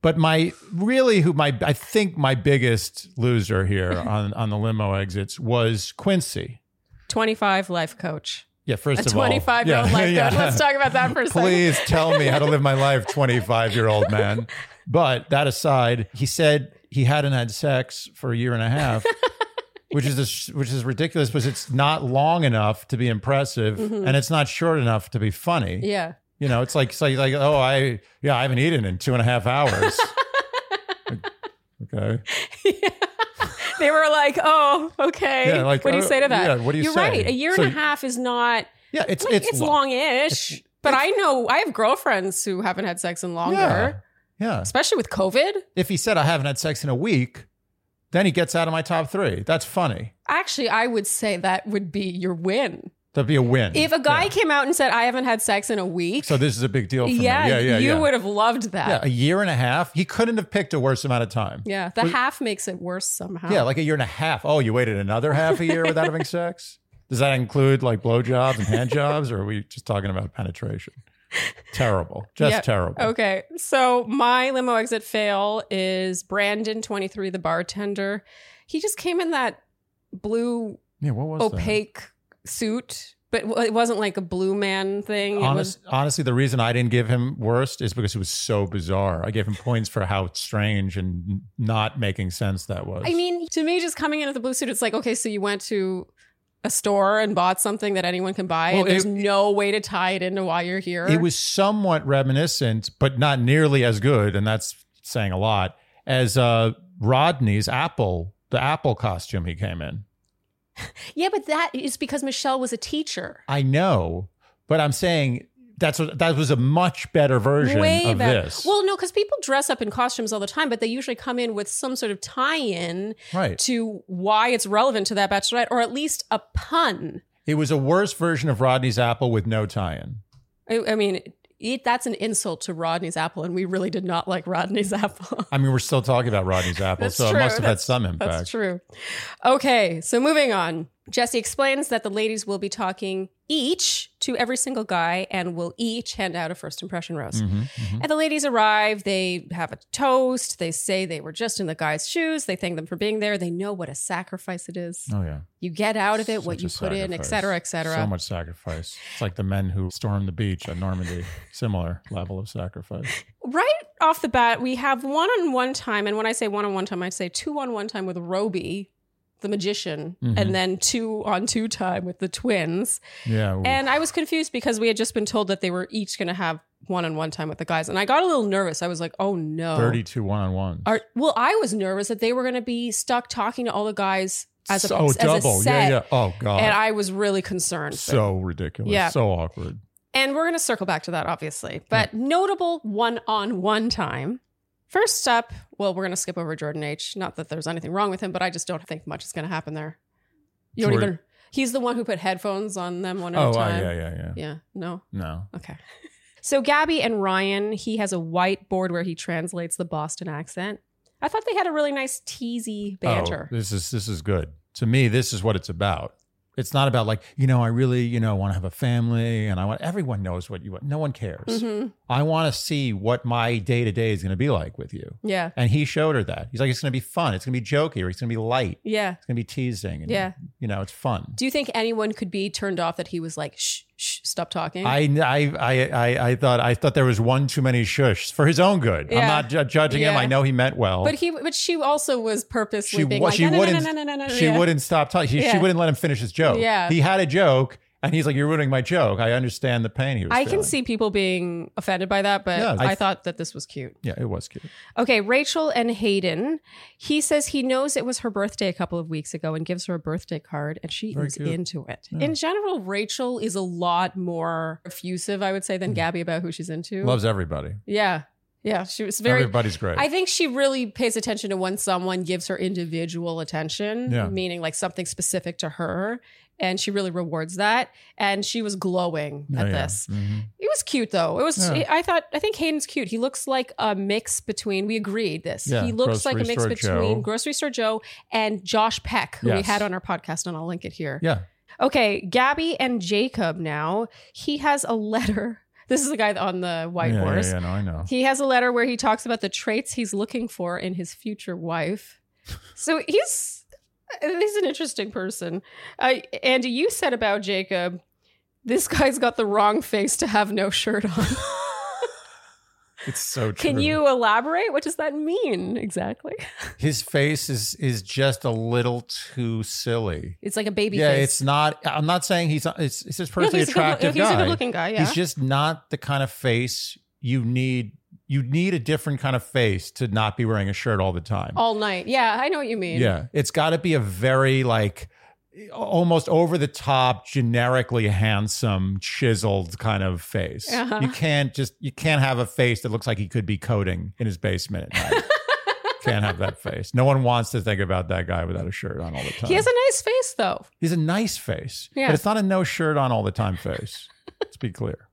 Speaker 1: But my really who my I think my biggest loser here on on the limo exits was Quincy.
Speaker 3: 25 life coach.
Speaker 1: Yeah, first
Speaker 3: A
Speaker 1: of all,
Speaker 3: 25 year old
Speaker 1: Yeah,
Speaker 3: life
Speaker 1: yeah.
Speaker 3: coach. Let's talk about that for a second.
Speaker 1: Please tell me how to live my life, 25 year old man. But that aside, he said he hadn't had sex for a year and a half, which is a, which is ridiculous because it's not long enough to be impressive
Speaker 3: Mhm.
Speaker 1: and it's not short enough to be funny.
Speaker 3: Yeah.
Speaker 1: You know, it's like it's like, like oh I yeah I haven't eaten in two and a half hours. okay.
Speaker 3: They were like, oh, okay.
Speaker 1: Yeah, like,
Speaker 3: what do you
Speaker 1: uh,
Speaker 3: say to that?
Speaker 1: yeah, what do you
Speaker 3: You're
Speaker 1: say?
Speaker 3: right. A year
Speaker 1: So-
Speaker 3: and a half is not,
Speaker 1: Yeah, it's
Speaker 3: like,
Speaker 1: it's,
Speaker 3: it's,
Speaker 1: lo-
Speaker 3: long ish. but I know I have girlfriends who haven't had sex in longer,
Speaker 1: Yeah. Yeah.
Speaker 3: especially with COVID.
Speaker 1: If he said I haven't had sex in a week, then he gets out of my top three. That's funny.
Speaker 3: Actually, I would say that would be your win.
Speaker 1: That'd be a win.
Speaker 3: If a guy
Speaker 1: Yeah.
Speaker 3: came out and said, I haven't had sex in a week,
Speaker 1: So this is a big deal for
Speaker 3: yeah,
Speaker 1: me. Yeah, yeah,
Speaker 3: you
Speaker 1: yeah.
Speaker 3: would have loved
Speaker 1: yeah,
Speaker 3: that.
Speaker 1: a year and a half. He couldn't have picked a worse amount of time.
Speaker 3: Yeah. The half makes it worse somehow.
Speaker 1: Yeah, like a year and a half. Oh, you waited another half a year without having sex? Does that include like blowjobs and handjobs, or are we just talking about penetration? terrible. Just
Speaker 3: Yep.
Speaker 1: terrible.
Speaker 3: Okay. So my limo exit fail is Brandon 23, the bartender. He just came in that blue
Speaker 1: Yeah, what was
Speaker 3: opaque suit, but w- it wasn't like a blue man
Speaker 1: that?
Speaker 3: thing. it was
Speaker 1: Honest, honestly, the reason I didn't give him worst is because it was so bizarre. I gave him points for how strange and not making sense that was.
Speaker 3: I mean, to me, just coming in with the blue suit, it's like, okay, so you went to a store and bought something that anyone can buy,
Speaker 1: Well,
Speaker 3: and there's
Speaker 1: it-
Speaker 3: no way to tie it into why you're here.
Speaker 1: It was somewhat reminiscent, but not nearly as good, and that's saying a lot, as uh, Rodney's Apple, the Apple costume he came in.
Speaker 3: yeah, but that is because Michelle was a teacher.
Speaker 1: I know, but I'm saying that's what, that was a much better version
Speaker 3: Way
Speaker 1: of
Speaker 3: better.
Speaker 1: this.
Speaker 3: Well, no, because people dress up in costumes all the time, but they usually come in with some sort of tie-in
Speaker 1: right.
Speaker 3: to why it's relevant to that bachelorette, or at least a pun.
Speaker 1: It was a worse version of Rodney's Apple with no tie-in.
Speaker 3: I, I mean, it, that's an insult to Rodney's apple, and we really did not like Rodney's apple.
Speaker 1: I mean, we're still talking about Rodney's Apple,
Speaker 3: That's
Speaker 1: so
Speaker 3: true.
Speaker 1: it must have had
Speaker 3: That's-
Speaker 1: some impact.
Speaker 3: That's true. Okay, so moving on. Jesse explains that the ladies will be talking each to every single guy and will each hand out a first impression rose.
Speaker 1: Mhm, mhm.
Speaker 3: And the ladies arrive, they have a toast, they say they were just in the guy's shoes, they thank them for being there, they know what a sacrifice it is.
Speaker 1: Oh yeah,
Speaker 3: You get out of it what
Speaker 1: Such
Speaker 3: you
Speaker 1: a
Speaker 3: put in, et
Speaker 1: sacrifice.
Speaker 3: cetera, et cetera.
Speaker 1: So much sacrifice. It's like the men who stormed the beach at Normandy. Similar level of sacrifice.
Speaker 3: Right off the bat, we have one on one time. And when I say one on one time, I say two on one time with Roby, the magician,
Speaker 1: Mhm.
Speaker 3: and then two on two time with the twins.
Speaker 1: Yeah. ooh.
Speaker 3: And I was confused because we had just been told that they were each going to have one on one time with the guys. And I got a little nervous. I was like, oh no.
Speaker 1: 32 one-on-ones.
Speaker 3: Are, well, I was nervous that they were going to be stuck talking to all the guys as a,
Speaker 1: so
Speaker 3: as a
Speaker 1: double.
Speaker 3: set.
Speaker 1: yeah, yeah. Oh god.
Speaker 3: And I was really concerned.
Speaker 1: so ridiculous.
Speaker 3: Yeah.
Speaker 1: So awkward.
Speaker 3: And we're going to circle back to that, obviously. But notable one on one time. First up, well, we're going to skip over Jordan H. Not that there's anything wrong with him, but I just don't think much is going to happen there. You don't
Speaker 1: Jordan-
Speaker 3: even. He's the one who put headphones on them one at
Speaker 1: Oh
Speaker 3: a
Speaker 1: wow,
Speaker 3: time.
Speaker 1: yeah, yeah, yeah.
Speaker 3: yeah. No.
Speaker 1: No.
Speaker 3: Okay. So Gabby and Ryan, he has a whiteboard where he translates the Boston accent. I thought they had a really nice teasy banter.
Speaker 1: Oh, this is this is good. To me, this is what it's about. It's not about like, you know, I really, you know, want to have a family and I want everyone knows what you want. No one cares.
Speaker 3: Mhm.
Speaker 1: I want to see what my day to day is going to be like with you.
Speaker 3: Yeah.
Speaker 1: And he showed her that. He's like, it's going to be fun. It's going to be jokey or it's going to be light.
Speaker 3: Yeah.
Speaker 1: It's going to be teasing. And,
Speaker 3: Yeah.
Speaker 1: You know, it's fun.
Speaker 3: Do you think anyone could be turned off that he was like, shh, shh, stop talking?
Speaker 1: I, I, I, I, I thought I thought there was one too many shush for his own good.
Speaker 3: Yeah.
Speaker 1: I'm not ju- judging him.
Speaker 3: Yeah.
Speaker 1: I know he meant well.
Speaker 3: But he, but she also was purposely
Speaker 1: Oh. She
Speaker 3: being
Speaker 1: wa-
Speaker 3: like,
Speaker 1: she
Speaker 3: no, no, no, no,
Speaker 1: wouldn't-
Speaker 3: no, no, no, no,
Speaker 1: she
Speaker 3: yeah.
Speaker 1: wouldn't stop talking. She,
Speaker 3: Yeah.
Speaker 1: she wouldn't let him finish his joke.
Speaker 3: Yeah.
Speaker 1: He had a joke and he's like, You're ruining my joke. I understand the pain he was
Speaker 3: I can
Speaker 1: feeling.
Speaker 3: see people being offended by that, but
Speaker 1: Yeah,
Speaker 3: I,
Speaker 1: I-
Speaker 3: thought that this was cute.
Speaker 1: Yeah, it was cute.
Speaker 3: Okay, Rachel and Hayden. He says he knows it was her birthday a couple of weeks ago and gives her a birthday card, and she
Speaker 1: Very
Speaker 3: is
Speaker 1: cute.
Speaker 3: into it.
Speaker 1: Yeah.
Speaker 3: In general, Rachel is a lot more effusive, I would say, than Gabby about who she's into.
Speaker 1: Mm-hmm. Loves everybody.
Speaker 3: yeah, yeah, she was very.
Speaker 1: Everybody's great.
Speaker 3: I think she really pays attention to when someone gives her individual attention,
Speaker 1: Yeah.
Speaker 3: meaning like something specific to her. And she really rewards that. And she was glowing
Speaker 1: Yeah,
Speaker 3: at
Speaker 1: yeah.
Speaker 3: this.
Speaker 1: Mhm.
Speaker 3: It was cute though. It was,
Speaker 1: Yeah.
Speaker 3: I thought, I think Hayden's cute. He looks like a mix between, we agreed this.
Speaker 1: Yeah,
Speaker 3: he looks like a
Speaker 1: Grocery
Speaker 3: mix
Speaker 1: Store
Speaker 3: between
Speaker 1: Joe.
Speaker 3: Grocery Store Joe and Josh Peck, who we
Speaker 1: Yes.
Speaker 3: had on our podcast, and I'll link it here.
Speaker 1: Yeah.
Speaker 3: Okay, Gabby and Jacob now. He has a letter. This is the guy on the white
Speaker 1: yeah,
Speaker 3: horse.
Speaker 1: Yeah, yeah, no, I know.
Speaker 3: He has a letter where he talks about the traits he's looking for in his future wife. So he's he's an interesting person. Uh, Andy, you said about Jacob, this guy's got the wrong face to have no shirt on.
Speaker 1: It's so true.
Speaker 3: Can you elaborate? What does that mean exactly?
Speaker 1: His face is is just a little too silly.
Speaker 3: It's like a baby
Speaker 1: yeah,
Speaker 3: face.
Speaker 1: it's not. I'm not saying he's not. It's, it's just
Speaker 3: No,
Speaker 1: personally
Speaker 3: he's
Speaker 1: attractive
Speaker 3: A good, he's
Speaker 1: guy.
Speaker 3: a good-looking guy. Yeah.
Speaker 1: He's just not the kind of face you need. You need a different kind of face to not be wearing a shirt all the time.
Speaker 3: All night. Yeah, I know what you mean.
Speaker 1: Yeah, it's got to be a very like almost over the top, generically handsome, chiseled kind of face.
Speaker 3: Uh-huh.
Speaker 1: You can't just you can't have a face that looks like he could be coding in his basement at night. can't have that face. No one wants to think about that guy without a shirt on all the time.
Speaker 3: He has a nice face though.
Speaker 1: He's a nice face,
Speaker 3: Yeah.
Speaker 1: but it's not a no shirt on all the time face. Let's be clear.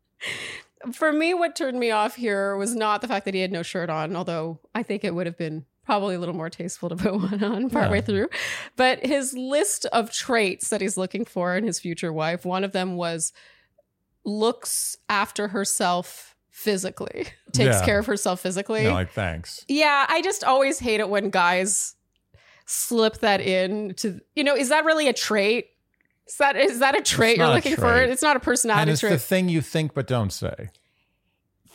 Speaker 3: for me, what turned me off here was not the fact that he had no shirt on, although I think it would have been probably a little more tasteful to put one on partway
Speaker 1: Yeah.
Speaker 3: through. But his list of traits that he's looking for in his future wife, one of them was looks after herself physically, takes
Speaker 1: Yeah.
Speaker 3: care of herself physically.
Speaker 1: No, like thanks.
Speaker 3: yeah, I just always hate it when guys slip that in to you know, is that really a trait? Is that is that a trait you're
Speaker 1: not a
Speaker 3: looking for?
Speaker 1: trait.
Speaker 3: It's not a
Speaker 1: and
Speaker 3: personality
Speaker 1: it's
Speaker 3: trait.
Speaker 1: the thing you think but don't say.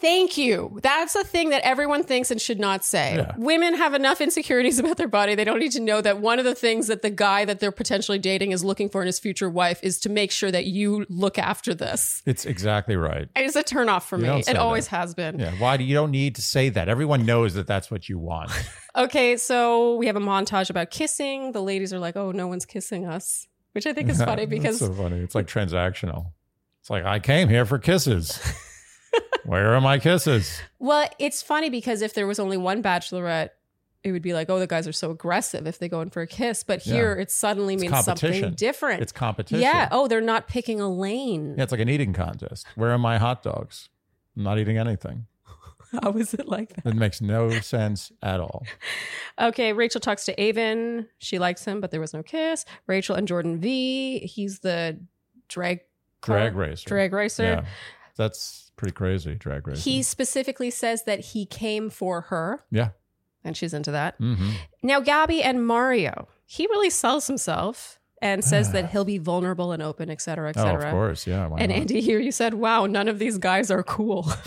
Speaker 3: Thank you. That's a thing that everyone thinks and should not say.
Speaker 1: Yeah.
Speaker 3: Women have enough insecurities about their body. They don't need to know that one of the things that the guy that they're potentially dating is looking for in his future wife is to make sure that you look after this.
Speaker 1: It's exactly right.
Speaker 3: And It's a turnoff for
Speaker 1: You
Speaker 3: me.
Speaker 1: don't say
Speaker 3: It always has been.
Speaker 1: Yeah. Why do you don't need to say that? Everyone knows that that's what you want.
Speaker 3: Okay, so we have a montage about kissing. The ladies are like, oh, no one's kissing us, which I think is funny
Speaker 1: That's
Speaker 3: because
Speaker 1: so funny. It's like transactional. It's like I came here for kisses. Where are my kisses?
Speaker 3: Well, it's funny because if there was only one bachelorette, it would be like, oh, the guys are so aggressive if they go in for a kiss. But
Speaker 1: Yeah.
Speaker 3: here, it suddenly
Speaker 1: It's
Speaker 3: means something
Speaker 1: competition.
Speaker 3: different.
Speaker 1: It's competition.
Speaker 3: Yeah. Oh, they're not picking a lane.
Speaker 1: Yeah, it's like an eating contest. Where are my hot dogs? I'm not eating anything.
Speaker 3: How is it like that?
Speaker 1: It makes no sense at all.
Speaker 3: Okay. Rachel talks to Avon. She likes him, but there was no kiss. Rachel and Jordan V. He's the drag
Speaker 1: Drag racer.
Speaker 3: drag racer.
Speaker 1: Yeah. That's pretty crazy, drag racer.
Speaker 3: He specifically says that he came for her.
Speaker 1: Yeah.
Speaker 3: And she's into that.
Speaker 1: Mhm.
Speaker 3: Now, Gabby and Mario, he really sells himself and says that he'll be vulnerable and open, et cetera, et
Speaker 1: Oh, of
Speaker 3: cetera.
Speaker 1: course. Yeah. Why
Speaker 3: and
Speaker 1: not?
Speaker 3: Andy, here you said, wow, none of these guys are cool.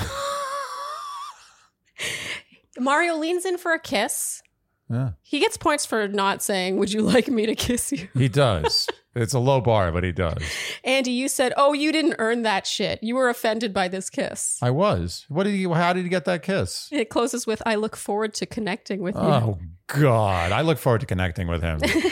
Speaker 3: Mario leans in for a kiss.
Speaker 1: Yeah.
Speaker 3: He gets points for not saying, Would you like me to kiss you?
Speaker 1: He does. it's a low bar, but he does.
Speaker 3: Andy, you said, Oh, you didn't earn that shit. You were offended by this kiss.
Speaker 1: I was. What did you? How did you get that kiss?
Speaker 3: It closes with, I look forward to connecting with
Speaker 1: Oh God! I look forward to connecting with him.
Speaker 3: you.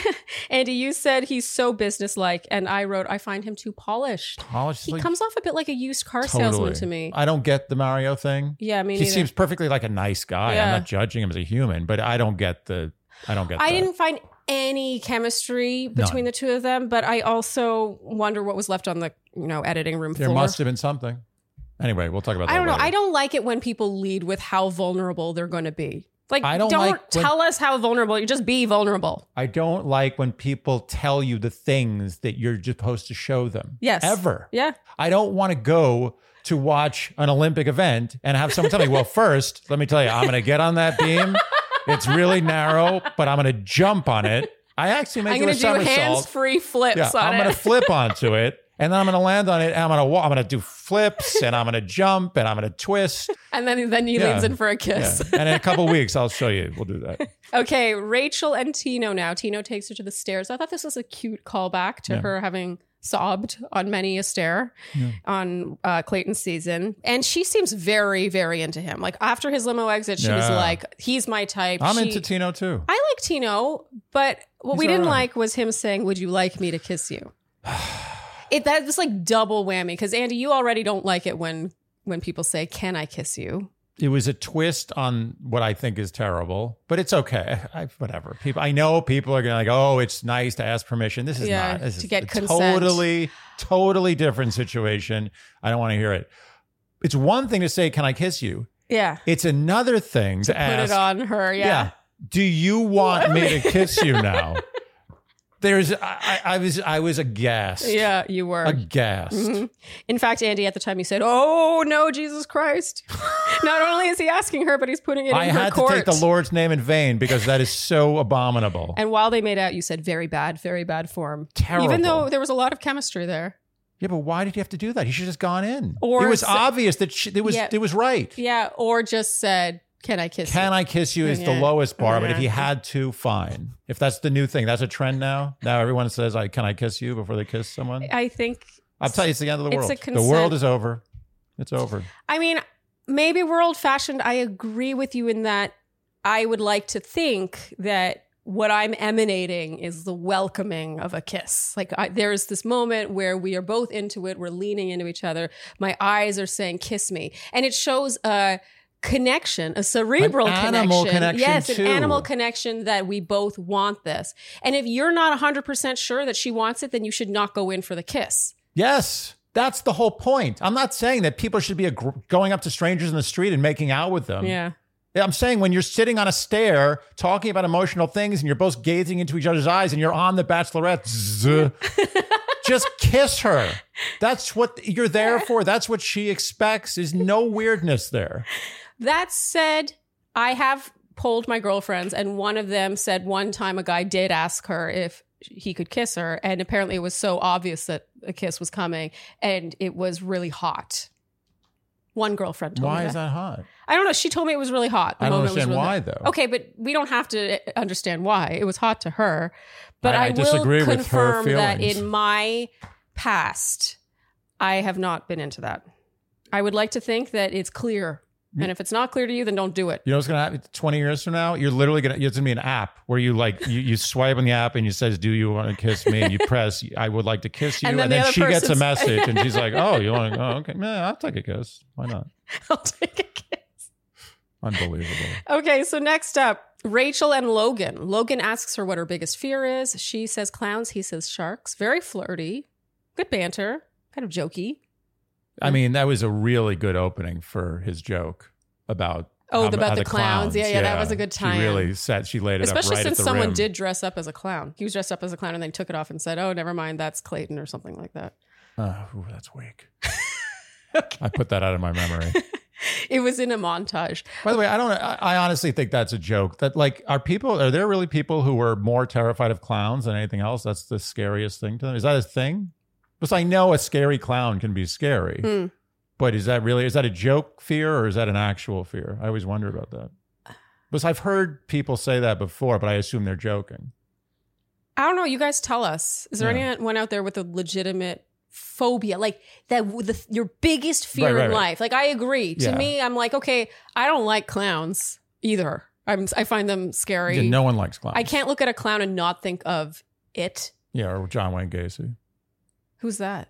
Speaker 3: Andy, you said he's so businesslike. And I wrote, I find him too polished.
Speaker 1: Honestly,
Speaker 3: He comes off a bit like a used car
Speaker 1: totally.
Speaker 3: salesman to me.
Speaker 1: I don't get the Mario thing.
Speaker 3: yeah, me
Speaker 1: he
Speaker 3: neither.
Speaker 1: seems perfectly like a nice guy.
Speaker 3: Yeah.
Speaker 1: I'm not judging him as a human, but I don't get the. I don't get.
Speaker 3: I
Speaker 1: that.
Speaker 3: didn't find any chemistry
Speaker 1: None.
Speaker 3: between the two of them, but I also wonder what was left on the you know editing room
Speaker 1: There
Speaker 3: floor.
Speaker 1: must have been something. Anyway, we'll talk about. That
Speaker 3: I don't know.
Speaker 1: later.
Speaker 3: I don't like it when people lead with how vulnerable they're going to be. Like,
Speaker 1: I
Speaker 3: don't,
Speaker 1: don't like when-
Speaker 3: tell us how vulnerable. You just be vulnerable.
Speaker 1: I don't like when people tell you the things that you're just supposed to show them.
Speaker 3: Yes.
Speaker 1: Ever.
Speaker 3: Yeah.
Speaker 1: I don't want to go to watch an Olympic event and have someone tell me, well, first, let me tell you, I'm going to get on that beam. It's really narrow, but I'm going to jump on it. I actually may
Speaker 3: I'm
Speaker 1: do a
Speaker 3: going to do
Speaker 1: somersault.
Speaker 3: hands free flips
Speaker 1: yeah,
Speaker 3: on
Speaker 1: I'm going
Speaker 3: it.
Speaker 1: to flip onto it. And then I'm going to land on it and I'm going to walk. I'm going to do flips and I'm going to jump and I'm going to twist.
Speaker 3: and then, then he
Speaker 1: Yeah.
Speaker 3: leans in for a
Speaker 1: Yeah.
Speaker 3: kiss.
Speaker 1: And in a couple weeks, I'll show you. We'll do that.
Speaker 3: Okay. Rachel and Tino now. Tino takes her to the stairs. I thought this was a cute callback to
Speaker 1: Yeah.
Speaker 3: her having sobbed on many a stair
Speaker 1: Yeah.
Speaker 3: on uh, Clayton's season. And she seems very, very into him. Like after his limo exit, she was
Speaker 1: Yeah.
Speaker 3: like, he's my type.
Speaker 1: I'm
Speaker 3: She-
Speaker 1: into Tino too.
Speaker 3: I like Tino, but what
Speaker 1: He's
Speaker 3: we didn't
Speaker 1: all right.
Speaker 3: like was him saying, "Would you like me to kiss you?" it that was like double whammy because Andy, you already don't like it when when people say, "Can I kiss you?"
Speaker 1: it was a twist on what I think is terrible, but it's okay. I, whatever people, I know people are gonna like, oh, it's nice to ask permission. This is
Speaker 3: Yeah,
Speaker 1: not this
Speaker 3: to
Speaker 1: is
Speaker 3: get
Speaker 1: a
Speaker 3: consent.
Speaker 1: totally, totally different situation. I don't want to hear it. It's one thing to say, "Can I kiss you?"
Speaker 3: Yeah,
Speaker 1: It's another thing to,
Speaker 3: put
Speaker 1: ask,
Speaker 3: it on her. Yeah.
Speaker 1: do you want me to kiss you now?" There's, I, I, I was, I was aghast.
Speaker 3: Yeah, you were.
Speaker 1: aghast.
Speaker 3: Mhm. In fact, Andy, at the time, you said, "Oh no, Jesus Christ!" Not only is he asking her, but he's putting it
Speaker 1: I
Speaker 3: in her
Speaker 1: had
Speaker 3: court.
Speaker 1: to take the Lord's name in vain because that is so abominable.
Speaker 3: and while they made out, you said, "Very bad, very bad form."
Speaker 1: Terrible.
Speaker 3: Even though there was a lot of chemistry there.
Speaker 1: Yeah, but why did he have to do that? He should have just gone in.
Speaker 3: Or
Speaker 1: it was
Speaker 3: s-
Speaker 1: obvious that she, it was
Speaker 3: Yeah.
Speaker 1: it was right.
Speaker 3: Yeah, or just said, "Can I kiss you?"
Speaker 1: Can I kiss you is the
Speaker 3: Yeah.
Speaker 1: lowest bar, but if he
Speaker 3: Yeah.
Speaker 1: had to, fine. If that's the new thing, that's a trend now. Now everyone says, "I can I kiss you" before they kiss someone.
Speaker 3: I think.
Speaker 1: I'll tell you, it's the end of the
Speaker 3: It's
Speaker 1: world.
Speaker 3: a
Speaker 1: the world
Speaker 3: consent-
Speaker 1: is over. It's over.
Speaker 3: I mean, maybe we're old fashioned. I agree with you in that I would like to think that what I'm emanating is the welcoming of a kiss. Like I, there's this moment where we are both into it, we're leaning into each other. My eyes are saying, "Kiss me," and it shows a connection, a cerebral
Speaker 1: An animal connection,
Speaker 3: yes,
Speaker 1: too.
Speaker 3: an animal connection that we both want this. And if you're not 100% sure that she wants it, then you should not go in for the kiss.
Speaker 1: Yes, that's the whole point. I'm not saying that people should be aggr going up to strangers in the street and making out with them.
Speaker 3: yeah.
Speaker 1: I'm saying when you're sitting on a stair talking about emotional things and you're both gazing into each other's eyes and you're on the bachelorette, zzz, just kiss her. That's what you're there for. That's what she expects. Is no weirdness there.
Speaker 3: That said, I have polled my girlfriends, and one of them said one time a guy did ask her if he could kiss her, and apparently it was so obvious that a kiss was coming, and it was really hot. One girlfriend told
Speaker 1: Why
Speaker 3: me
Speaker 1: is
Speaker 3: that.
Speaker 1: that hot?
Speaker 3: I don't know. She told me it was really hot. The
Speaker 1: I don't
Speaker 3: moment
Speaker 1: understand
Speaker 3: was really
Speaker 1: why
Speaker 3: hot.
Speaker 1: though.
Speaker 3: Okay, but we don't have to understand why. It was hot to her. But
Speaker 1: I-
Speaker 3: I,
Speaker 1: I
Speaker 3: will
Speaker 1: disagree with her
Speaker 3: confirm that
Speaker 1: feelings.
Speaker 3: in my past, I have not been into that. I would like to think that it's clear. And if it's not clear to you, then don't do it.
Speaker 1: You know what's gonna happen? Twenty years from now, you're literally gonna it's gonna be an app where you like you, you swipe on the app and it says, "Do you want to kiss me?" And you press, "I would like to kiss you,"
Speaker 3: And
Speaker 1: and
Speaker 3: then
Speaker 1: then,
Speaker 3: the other
Speaker 1: she gets a
Speaker 3: person's-
Speaker 1: message and she's like, "Oh, you want to? Oh, okay, yeah, I'll take a kiss. Why not?
Speaker 3: I'll take a kiss.
Speaker 1: Unbelievable.
Speaker 3: Okay, so next up, Rachel and Logan. Logan asks her what her biggest fear is. She says clowns, he says sharks. Very flirty. Good banter, kind of jokey.
Speaker 1: I
Speaker 3: Mm.
Speaker 1: mean, that was a really good opening for his joke about
Speaker 3: Oh,
Speaker 1: how-
Speaker 3: about
Speaker 1: how
Speaker 3: the clowns. Yeah, yeah, that was a good time.
Speaker 1: She really set. She laid it
Speaker 3: Especially
Speaker 1: up right
Speaker 3: since
Speaker 1: at the
Speaker 3: someone
Speaker 1: rim.
Speaker 3: did dress up as a clown. He was dressed up as a clown and then took it off and said, "Oh, never mind, that's Clayton" or something like that.
Speaker 1: Uh, ooh, that's weak.
Speaker 3: Okay.
Speaker 1: I put that out of my memory.
Speaker 3: It was in a montage.
Speaker 1: By the way, I don't. I, I honestly think that's a joke. That like, are people? Are there really people who are more terrified of clowns than anything else? That's the scariest thing to them. Is that a thing? Because I know a scary clown can be scary,
Speaker 3: Hmm.
Speaker 1: but is that really? Is that a joke fear or is that an actual fear? I always wonder about that. Because I've heard people say that before, but I assume they're joking.
Speaker 3: I don't know. You guys tell us. Is there
Speaker 1: Yeah.
Speaker 3: anyone out there with a legitimate phobia, like that? The, your biggest fear
Speaker 1: Right, right,
Speaker 3: in
Speaker 1: right.
Speaker 3: life. Like I agree. To
Speaker 1: Yeah.
Speaker 3: me, I'm like, okay, I don't like clowns either. I'm, I find them scary.
Speaker 1: Yeah, no one likes clowns.
Speaker 3: I can't look at a clown and not think of it.
Speaker 1: Yeah, or John Wayne Gacy.
Speaker 3: Who's that?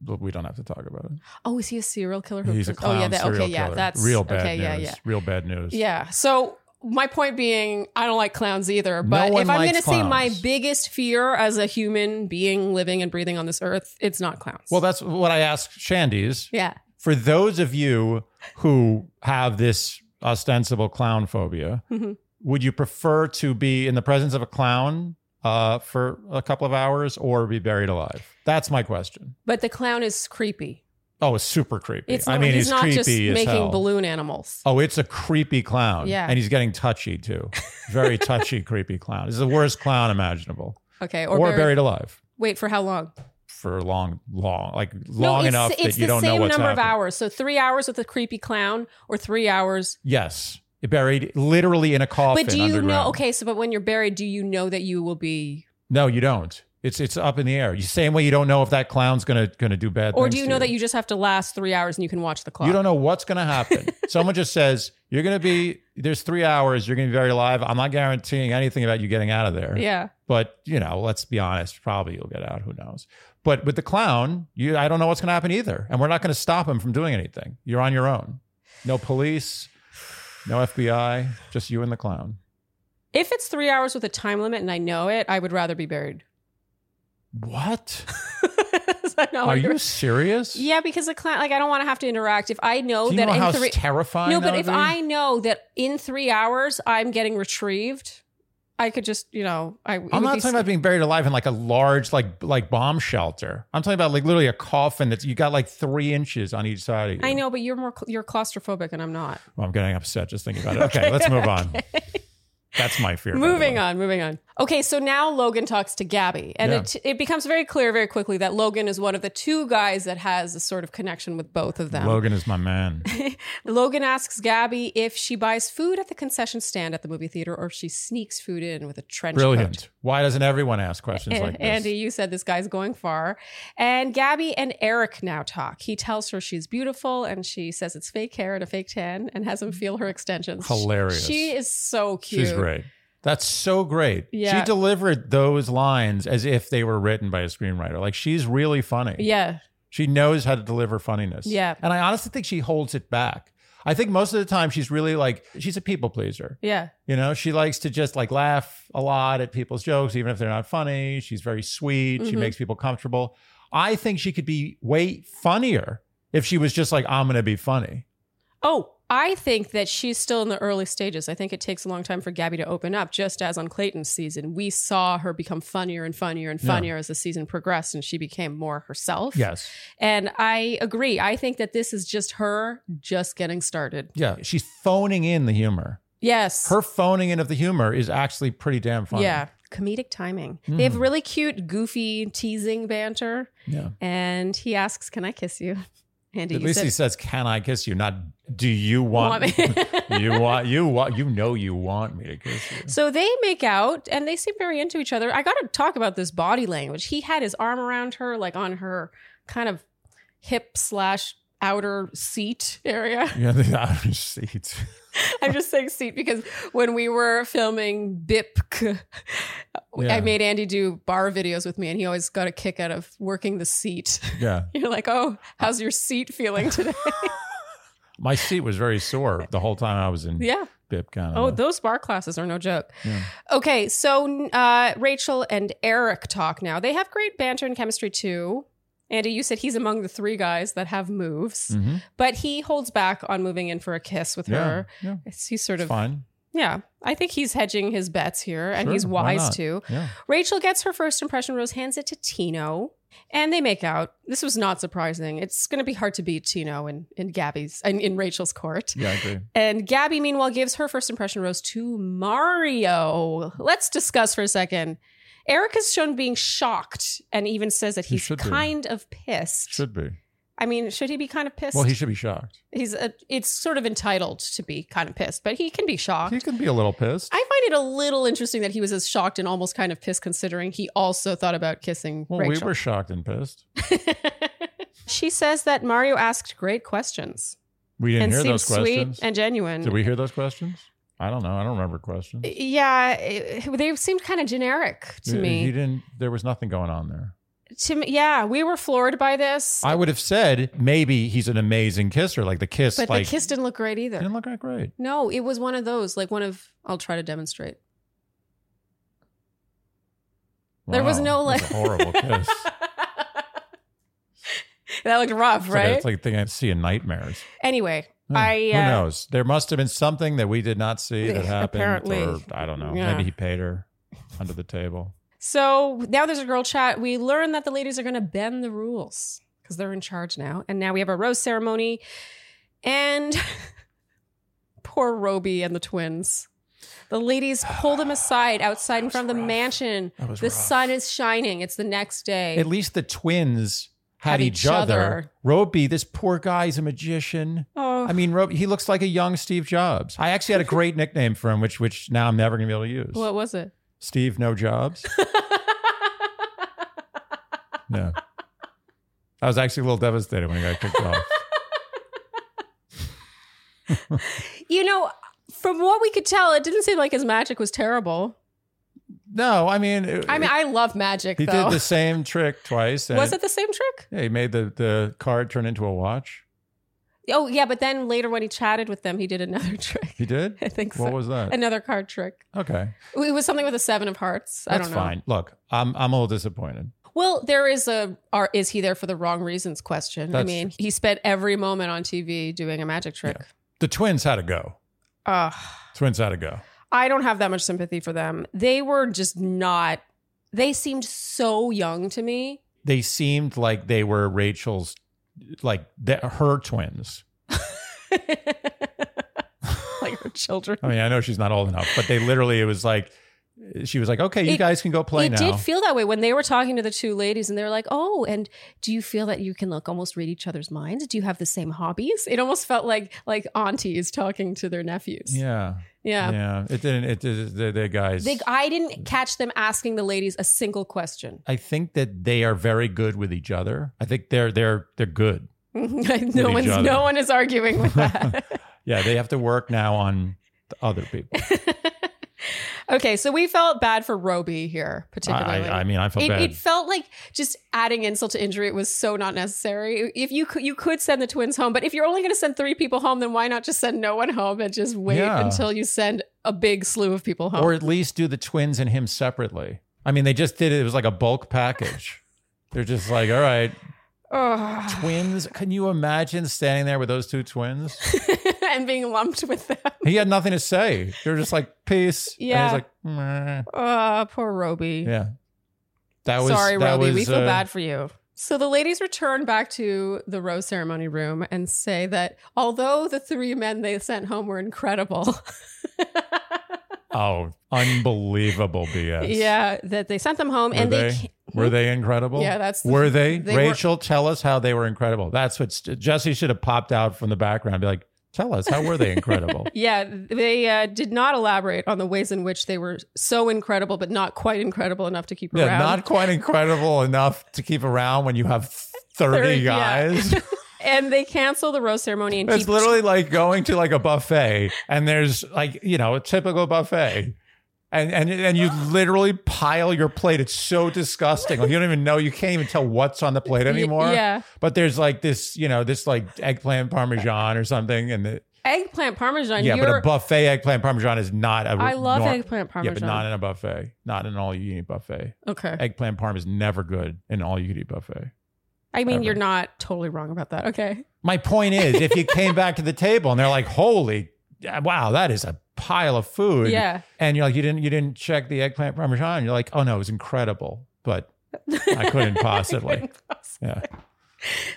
Speaker 1: But We don't have to talk about it.
Speaker 3: Oh, is he a serial killer? who-
Speaker 1: He's a clown
Speaker 3: oh, yeah, that,
Speaker 1: serial
Speaker 3: okay, yeah,
Speaker 1: killer.
Speaker 3: that's
Speaker 1: real bad
Speaker 3: okay,
Speaker 1: news.
Speaker 3: Yeah, yeah.
Speaker 1: Real bad news.
Speaker 3: Yeah. So my point being, I don't like clowns either.
Speaker 1: No
Speaker 3: But
Speaker 1: one
Speaker 3: if I'm going
Speaker 1: likes
Speaker 3: to say my
Speaker 1: clowns.
Speaker 3: biggest fear as a human being living and breathing on this earth, it's not clowns.
Speaker 1: Well, that's what I asked Shandy's.
Speaker 3: yeah.
Speaker 1: For those of you who have this ostensible clown phobia,
Speaker 3: Mhm.
Speaker 1: would you prefer to be in the presence of a clown uh, for a couple of hours or be buried alive? That's my question.
Speaker 3: But the clown is creepy.
Speaker 1: Oh, it's super creepy.
Speaker 3: It's
Speaker 1: I
Speaker 3: not,
Speaker 1: mean,
Speaker 3: he's,
Speaker 1: he's,
Speaker 3: not
Speaker 1: creepy
Speaker 3: just
Speaker 1: as
Speaker 3: making
Speaker 1: hell.
Speaker 3: balloon animals.
Speaker 1: Oh, it's a creepy clown.
Speaker 3: Yeah.
Speaker 1: And he's getting touchy too. Very touchy, creepy clown. It's the worst clown imaginable.
Speaker 3: Okay.
Speaker 1: Oh. Or,
Speaker 3: Or, buried.
Speaker 1: buried. alive
Speaker 3: Wait, for how long?
Speaker 1: for long, long, like
Speaker 3: no,
Speaker 1: long
Speaker 3: it's,
Speaker 1: enough
Speaker 3: it's
Speaker 1: that you
Speaker 3: the
Speaker 1: don't
Speaker 3: same
Speaker 1: know what's
Speaker 3: number
Speaker 1: happening.
Speaker 3: of hours. So three hours with a creepy clown or three hours.
Speaker 1: Yes. Buried literally in a coffin.
Speaker 3: but do you know?
Speaker 1: underground.
Speaker 3: Okay. So, but when you're buried, do you know that you will be.
Speaker 1: No, you don't. It's it's up in the air. You same way you don't know if that clown's gonna gonna do bad
Speaker 3: Or
Speaker 1: things
Speaker 3: do you
Speaker 1: to
Speaker 3: know that you just have to last three hours and you can watch the clock?
Speaker 1: You don't know what's going to happen. Someone just says, you're going to be, there's three hours, you're going to be very alive. I'm not guaranteeing anything about you getting out of there.
Speaker 3: Yeah.
Speaker 1: But, you know, let's be honest, probably you'll get out. Who knows? But with the clown, you, I don't know what's going to happen either. And we're not going to stop him from doing anything. You're on your own. No police, no FBI, just you and the clown.
Speaker 3: If it's three hours with a time limit and I know it, I would rather be buried.
Speaker 1: What?
Speaker 3: So I know
Speaker 1: Are
Speaker 3: Oh, I-
Speaker 1: you serious?
Speaker 3: Yeah, because the client, like, I don't want to have to interact. If I know
Speaker 1: Do you
Speaker 3: that
Speaker 1: know
Speaker 3: in
Speaker 1: how
Speaker 3: three,
Speaker 1: terrifying
Speaker 3: no,
Speaker 1: that
Speaker 3: but
Speaker 1: would
Speaker 3: if
Speaker 1: be?
Speaker 3: I know that in three hours I'm getting retrieved, I could just, you know, I.
Speaker 1: I'm not talking about being buried alive in like a large like like bomb shelter. I'm talking about like literally a coffin that's you got like three inches on each side of you.
Speaker 3: I know, but you're more cl- you're claustrophobic, and I'm not.
Speaker 1: Well, I'm getting upset just thinking about it. Okay, let's move on. That's my fear. by the
Speaker 3: Moving
Speaker 1: way.
Speaker 3: on, moving on. Okay, so now Logan talks to Gabby, and
Speaker 1: Yeah.
Speaker 3: it it becomes very clear very quickly that Logan is one of the two guys that has a sort of connection with both of them.
Speaker 1: Logan is my man.
Speaker 3: Logan asks Gabby if she buys food at the concession stand at the movie theater or if she sneaks food in with a trench coat.
Speaker 1: Brilliant. Why doesn't everyone ask questions
Speaker 3: And-
Speaker 1: like this?
Speaker 3: Andy, you said this guy's going far. And Gabby and Eric now talk. He tells her she's beautiful and she says it's fake hair and a fake tan and has him feel her extensions.
Speaker 1: Hilarious.
Speaker 3: She is so cute.
Speaker 1: She's great. That's so great.
Speaker 3: Yeah.
Speaker 1: She delivered those lines as if they were written by a screenwriter. Like she's really funny.
Speaker 3: Yeah.
Speaker 1: She knows how to deliver funniness.
Speaker 3: Yeah.
Speaker 1: And I honestly think she holds it back. I think most of the time she's really like she's a people pleaser.
Speaker 3: Yeah.
Speaker 1: You know, she likes to just like laugh a lot at people's jokes, even if they're not funny. She's very sweet. She
Speaker 3: Mhm.
Speaker 1: makes people comfortable. I think she could be way funnier if she was just like, I'm going to be funny.
Speaker 3: Oh, I think that she's still in the early stages. I think it takes a long time for Gabby to open up, just as on Clayton's season. We saw her become funnier and funnier and
Speaker 1: Yeah.
Speaker 3: funnier as the season progressed and she became more herself.
Speaker 1: Yes.
Speaker 3: And I agree. I think that this is just her just getting started.
Speaker 1: Yeah. She's phoning in the humor.
Speaker 3: Yes.
Speaker 1: Her phoning in of the humor is actually pretty damn funny.
Speaker 3: Yeah. Comedic timing. They have
Speaker 1: Mm.
Speaker 3: really cute, goofy, teasing banter.
Speaker 1: Yeah.
Speaker 3: And he asks, Can I kiss you? Andy,
Speaker 1: At
Speaker 3: you
Speaker 1: least
Speaker 3: said,
Speaker 1: he says, "Can I kiss you?" Not, "Do you want?"
Speaker 3: Want me?"
Speaker 1: you want you want you know you want me to kiss you.
Speaker 3: So they make out and they seem very into each other. I got to talk about this body language. He had his arm around her, like on her kind of hip slash outer seat area.
Speaker 1: Yeah, the outer seats.
Speaker 3: I'm just saying seat because when we were filming BIP,
Speaker 1: Yeah.
Speaker 3: I made Andy do bar videos with me and he always got a kick out of working the seat.
Speaker 1: Yeah,
Speaker 3: You're like, oh, how's your seat feeling today?
Speaker 1: my seat was very sore the whole time I was in
Speaker 3: yeah.
Speaker 1: Bip Canada.
Speaker 3: Oh, those bar classes are no joke.
Speaker 1: Uh, Yeah.
Speaker 3: Okay, so uh, Rachel and Eric talk now. They have great banter and chemistry too. Andy, you said he's among the three guys that have moves,
Speaker 1: Mhm.
Speaker 3: but he holds back on moving in for a kiss with
Speaker 1: yeah,
Speaker 3: her.
Speaker 1: yeah,
Speaker 3: It's- He's sort
Speaker 1: it's
Speaker 3: of,
Speaker 1: fine.
Speaker 3: yeah. I think he's hedging his bets here and
Speaker 1: Sure,
Speaker 3: he's
Speaker 1: why
Speaker 3: wise
Speaker 1: not?
Speaker 3: too.
Speaker 1: Yeah,
Speaker 3: Rachel gets her first impression rose, hands it to Tino, and they make out. This was not surprising. It's going to be hard to beat Tino in, in Gabby's, in, in Rachel's court.
Speaker 1: yeah, I agree.
Speaker 3: And Gabby, meanwhile, gives her first impression rose to Mario. Let's discuss for a second. Eric is shown being shocked and even says that
Speaker 1: He
Speaker 3: he's
Speaker 1: should be.
Speaker 3: kind of pissed.
Speaker 1: Should be.
Speaker 3: I mean, should he be kind of pissed?
Speaker 1: Well, he should be shocked.
Speaker 3: he's a, it's sort of entitled to be kind of pissed, but he can be shocked.
Speaker 1: He could be a little pissed.
Speaker 3: I find it a little interesting that he was as shocked and almost kind of pissed considering he also thought about kissing
Speaker 1: well,
Speaker 3: Rachel.
Speaker 1: we were shocked and pissed.
Speaker 3: she says that Mario asked great questions
Speaker 1: We didn't
Speaker 3: and
Speaker 1: hear
Speaker 3: seemed
Speaker 1: those questions.
Speaker 3: sweet and genuine.
Speaker 1: Did we hear those questions? I don't know. I don't remember questions.
Speaker 3: Yeah, it- they seemed kind of generic to
Speaker 1: He- he
Speaker 3: me.
Speaker 1: didn't. There was nothing going on there.
Speaker 3: To me, yeah, we were floored by this,
Speaker 1: I would have said maybe he's an amazing kisser, like the kiss,
Speaker 3: but
Speaker 1: like
Speaker 3: the kiss didn't look great either.
Speaker 1: didn't look that great.
Speaker 3: No, it was one of those, like one of. I'll try to demonstrate. There was no
Speaker 1: Wow,
Speaker 3: like
Speaker 1: that's a horrible kiss.
Speaker 3: that looked rough,
Speaker 1: It's like, a,
Speaker 3: right?
Speaker 1: it's like a thing I see in nightmares.
Speaker 3: anyway,
Speaker 1: Yeah,
Speaker 3: I,
Speaker 1: who
Speaker 3: uh,
Speaker 1: knows? There must have been something that we did not see that happened.
Speaker 3: Apparently.
Speaker 1: or I don't know.
Speaker 3: Yeah.
Speaker 1: Maybe he paid her under the table.
Speaker 3: so now there's a girl chat. We learn that the ladies are going to bend the rules because they're in charge now, and now we have a rose ceremony, and poor Roby and the twins. The ladies pull them aside outside in
Speaker 1: That
Speaker 3: front
Speaker 1: was
Speaker 3: of the
Speaker 1: rough.
Speaker 3: mansion.
Speaker 1: That was
Speaker 3: The
Speaker 1: rough.
Speaker 3: sun is shining. It's the next day.
Speaker 1: At least the twins had,
Speaker 3: Had
Speaker 1: each,
Speaker 3: each
Speaker 1: other.
Speaker 3: other.
Speaker 1: Roby, this poor guy, is a magician.
Speaker 3: oh,
Speaker 1: I mean, Roby, he looks like a young Steve Jobs. I actually had a great nickname for him, which which now I'm never going to be able to use.
Speaker 3: what was it?
Speaker 1: Steve No Jobs. No. I was actually a little devastated when he got kicked off.
Speaker 3: you know, from what we could tell, it didn't seem like his magic was terrible.
Speaker 1: No, I mean, it-
Speaker 3: I mean, I love magic
Speaker 1: he
Speaker 3: though.
Speaker 1: did the same trick twice. And
Speaker 3: was it the same trick?
Speaker 1: Yeah, he made the, the card turn into a watch.
Speaker 3: Oh yeah, but then later when he chatted with them, he did another trick.
Speaker 1: He did?
Speaker 3: I think so.
Speaker 1: What was that?
Speaker 3: another card trick.
Speaker 1: Okay.
Speaker 3: It was something with a seven of hearts. I
Speaker 1: That's
Speaker 3: don't know.
Speaker 1: fine. Look, I'm, I'm a little disappointed.
Speaker 3: Well, there is a are is he there for the wrong reasons question. I
Speaker 1: That's
Speaker 3: mean, he spent every moment on TV doing a magic trick.
Speaker 1: The twins had to go.
Speaker 3: Ugh.
Speaker 1: Twins had to go.
Speaker 3: I don't have that much sympathy for them. They were just not, they seemed so young to me.
Speaker 1: They seemed like they were Rachel's, like the, her twins.
Speaker 3: like her children.
Speaker 1: I mean, I know she's not old enough, but they literally, it was like, she was like, okay, you
Speaker 3: It-
Speaker 1: guys can go play
Speaker 3: it
Speaker 1: now.
Speaker 3: did feel that way when they were talking to the two ladies and they were like, oh, and do you feel that you can like almost read each other's minds? Do you have the same hobbies? It almost felt like like aunties talking to their nephews.
Speaker 1: yeah,
Speaker 3: Yeah.
Speaker 1: yeah. It didn't, it did, the, the guys.
Speaker 3: They, I didn't catch them asking the ladies a single question.
Speaker 1: I think that they are very good with each other. I think they're they're they're good.
Speaker 3: no one's
Speaker 1: other.
Speaker 3: no one is arguing with that.
Speaker 1: Yeah, they have to work now on the other people.
Speaker 3: okay, so we felt bad for Roby here,
Speaker 1: I,
Speaker 3: particularly.
Speaker 1: I, I mean, I feel
Speaker 3: it,
Speaker 1: bad.
Speaker 3: it felt like just adding insult to injury. It was so not necessary. If you could, you could send the twins home, but if you're only going to send three people home, then why not just send no one home and just wait
Speaker 1: Yeah.
Speaker 3: until you send a big slew of people home?
Speaker 1: or at least do the twins and him separately. I mean, they just did it. It was like a bulk package. They're just like, all right,
Speaker 3: Ugh.
Speaker 1: twins. Can you imagine standing there with those two twins?
Speaker 3: and being lumped with them.
Speaker 1: He had nothing to say. They were just like, peace.
Speaker 3: Yeah.
Speaker 1: And he's like, Meh.
Speaker 3: Oh, poor Roby.
Speaker 1: yeah. That was
Speaker 3: Sorry,
Speaker 1: that
Speaker 3: Roby. we
Speaker 1: was,
Speaker 3: feel
Speaker 1: uh,
Speaker 3: bad for you. So the ladies return back to the rose ceremony room and say that although the three men they sent home were incredible,
Speaker 1: Oh, unbelievable BS.
Speaker 3: yeah, that they sent them home
Speaker 1: Were
Speaker 3: and they,
Speaker 1: they?
Speaker 3: ca-
Speaker 1: Were they incredible?
Speaker 3: yeah, that's the-
Speaker 1: Were they?
Speaker 3: they were-
Speaker 1: Rachel, tell us how they were incredible. That's what st- Jesse should have popped out from the background. and Be like, tell us how were they incredible?
Speaker 3: yeah, they uh, did not elaborate on the ways in which they were so incredible, but not quite incredible enough to keep
Speaker 1: yeah,
Speaker 3: around.
Speaker 1: not quite incredible enough to keep around when you have
Speaker 3: Thirty,
Speaker 1: thirty
Speaker 3: yeah.
Speaker 1: guys.
Speaker 3: and they cancel the rose ceremony and
Speaker 1: It's
Speaker 3: keep
Speaker 1: literally like going to like a buffet and there's like, you know, a typical buffet. And and and you literally pile your plate. It's so disgusting. Like you don't even know, you can't even tell what's on the plate
Speaker 3: Y-
Speaker 1: anymore.
Speaker 3: Yeah,
Speaker 1: But there's like this, you know, this like eggplant parmesan or something. And the,
Speaker 3: eggplant parmesan.
Speaker 1: yeah,
Speaker 3: you're,
Speaker 1: but a buffet eggplant parmesan is not a
Speaker 3: I love
Speaker 1: nor-
Speaker 3: eggplant
Speaker 1: Yeah,
Speaker 3: parmesan.
Speaker 1: but not in a buffet. Not in an all you can eat buffet.
Speaker 3: okay.
Speaker 1: Eggplant parm is never good in all you can eat buffet.
Speaker 3: I mean,
Speaker 1: Ever.
Speaker 3: you're not totally wrong about that. Okay.
Speaker 1: My point is, if you came back to the table and they're like, "Holy, wow, that is a pile of food,"
Speaker 3: Yeah.
Speaker 1: and you're like, "You didn't, you didn't check the eggplant parmesan," you're like, "Oh no, it was incredible," but I couldn't possibly.
Speaker 3: possibly.
Speaker 1: Yeah.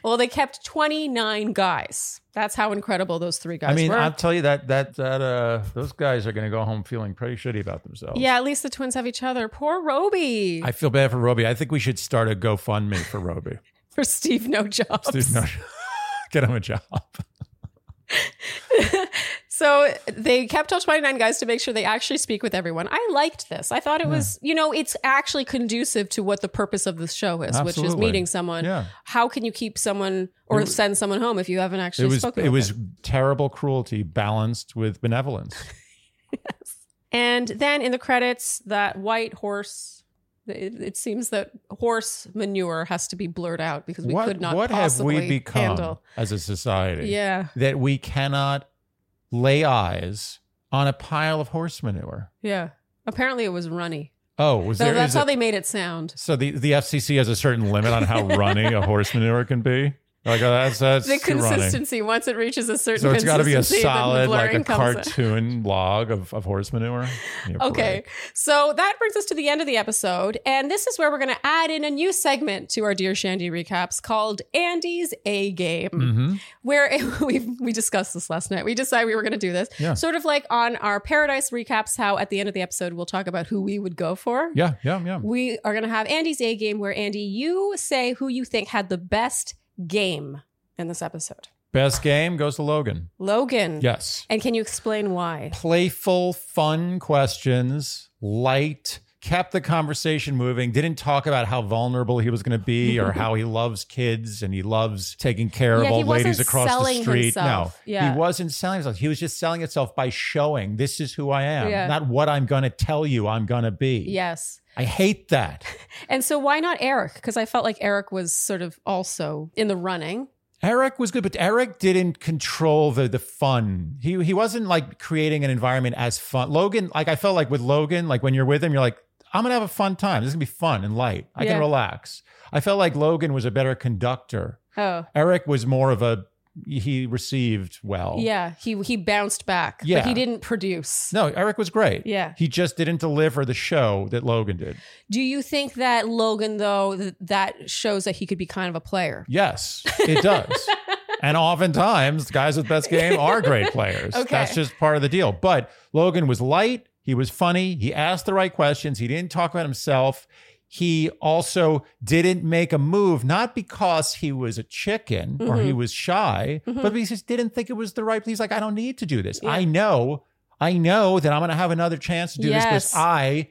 Speaker 3: Well, they kept 29 guys. That's how incredible those three guys
Speaker 1: I mean,
Speaker 3: were.
Speaker 1: I'll tell you that that that uh, those guys are going to go home feeling pretty shitty about themselves.
Speaker 3: yeah, at least the twins have each other. Poor Roby.
Speaker 1: I feel bad for Roby. I think we should start a GoFundMe for Roby.
Speaker 3: for Steve No Jobs.
Speaker 1: Dude, no- Get him a job.
Speaker 3: so they kept all 29 guys to make sure they actually speak with everyone. I liked this. I thought it was, you know, it's actually conducive to what the purpose of the show is, which is
Speaker 1: Absolutely.
Speaker 3: meeting someone.
Speaker 1: Yeah,
Speaker 3: How can you keep someone or
Speaker 1: It was-
Speaker 3: send someone home if you haven't
Speaker 1: it
Speaker 3: actually
Speaker 1: was
Speaker 3: spoken?
Speaker 1: it
Speaker 3: with
Speaker 1: was
Speaker 3: them?
Speaker 1: terrible cruelty balanced with benevolence.
Speaker 3: And then in the credits, that white horse. It, it seems that horse manure has to be blurred out because we
Speaker 1: what
Speaker 3: could not
Speaker 1: what have
Speaker 3: possibly
Speaker 1: we become
Speaker 3: handle.
Speaker 1: as a society?
Speaker 3: Yeah,
Speaker 1: that we cannot lay eyes on a pile of horse manure.
Speaker 3: yeah. Apparently, it was runny.
Speaker 1: Oh, was
Speaker 3: So
Speaker 1: there?
Speaker 3: that's
Speaker 1: is
Speaker 3: how
Speaker 1: it-
Speaker 3: they made it sound.
Speaker 1: so the, the FCC has a certain limit on how runny a horse manure can be. Like oh, that's that's
Speaker 3: The
Speaker 1: too runny.
Speaker 3: consistency once it reaches a certain
Speaker 1: So it's got to be a
Speaker 3: consistency, then the
Speaker 1: solid, like
Speaker 3: blurring
Speaker 1: a
Speaker 3: comes in.
Speaker 1: cartoon log of, of horse manure. Give me a
Speaker 3: Okay,
Speaker 1: break.
Speaker 3: so that brings us to the end of the episode, and this is where we're going to add in a new segment to our Dear Shandy recaps called Andy's A Game.
Speaker 1: Mhm.
Speaker 3: where we we discussed this last night. We decided we were going to do this.
Speaker 1: Yeah.
Speaker 3: Sort of like on our Paradise recaps, how at the end of the episode we'll talk about who we would go for.
Speaker 1: Yeah, yeah, yeah.
Speaker 3: We are going to have Andy's A game, where Andy, you say who you think had the best game in this episode.
Speaker 1: Best game goes to Logan.
Speaker 3: Logan.
Speaker 1: Yes.
Speaker 3: And can you explain why?
Speaker 1: Playful, fun questions, light, kept the conversation moving, didn't talk about how vulnerable he was going to be or how he loves kids and he loves taking care
Speaker 3: Yeah,
Speaker 1: of
Speaker 3: he
Speaker 1: old ladies
Speaker 3: wasn't
Speaker 1: across the
Speaker 3: selling
Speaker 1: street.
Speaker 3: himself.
Speaker 1: No,
Speaker 3: Yeah.
Speaker 1: he wasn't selling himself. He was just selling himself by showing this is who I am,
Speaker 3: Yeah.
Speaker 1: not what I'm going to tell you I'm going to be.
Speaker 3: Yes.
Speaker 1: I hate that.
Speaker 3: And so why not Eric? Because I felt like Eric was sort of also in the running.
Speaker 1: Eric was good, but Eric didn't control the the fun. He he wasn't like creating an environment as fun. Logan, like I felt like with Logan, like when you're with him, you're like, I'm gonna have a fun time. This is gonna be fun and light. I
Speaker 3: Yeah.
Speaker 1: can relax. I felt like Logan was a better conductor.
Speaker 3: Oh.
Speaker 1: Eric was more of a he received well.
Speaker 3: Oh. Yeah. He he bounced back.
Speaker 1: Yeah.
Speaker 3: But he didn't produce.
Speaker 1: No, Eric was great.
Speaker 3: Yeah.
Speaker 1: He just didn't deliver the show that Logan did.
Speaker 3: Do you think that Logan, though, th- that shows that he could be kind of a player?
Speaker 1: Yes, it does. and oftentimes, guys with best game are great players.
Speaker 3: Okay.
Speaker 1: That's just part of the deal. But Logan was light. He was funny. He asked the right questions. He didn't talk about himself. He also didn't make a move, not because he was a chicken or he
Speaker 3: Mhm.
Speaker 1: was shy,
Speaker 3: Mhm.
Speaker 1: but because he just didn't think it was the right. He's like, I don't need to do this.
Speaker 3: Yeah.
Speaker 1: I know, I know that I'm going to have another chance to do this
Speaker 3: Yes.
Speaker 1: because I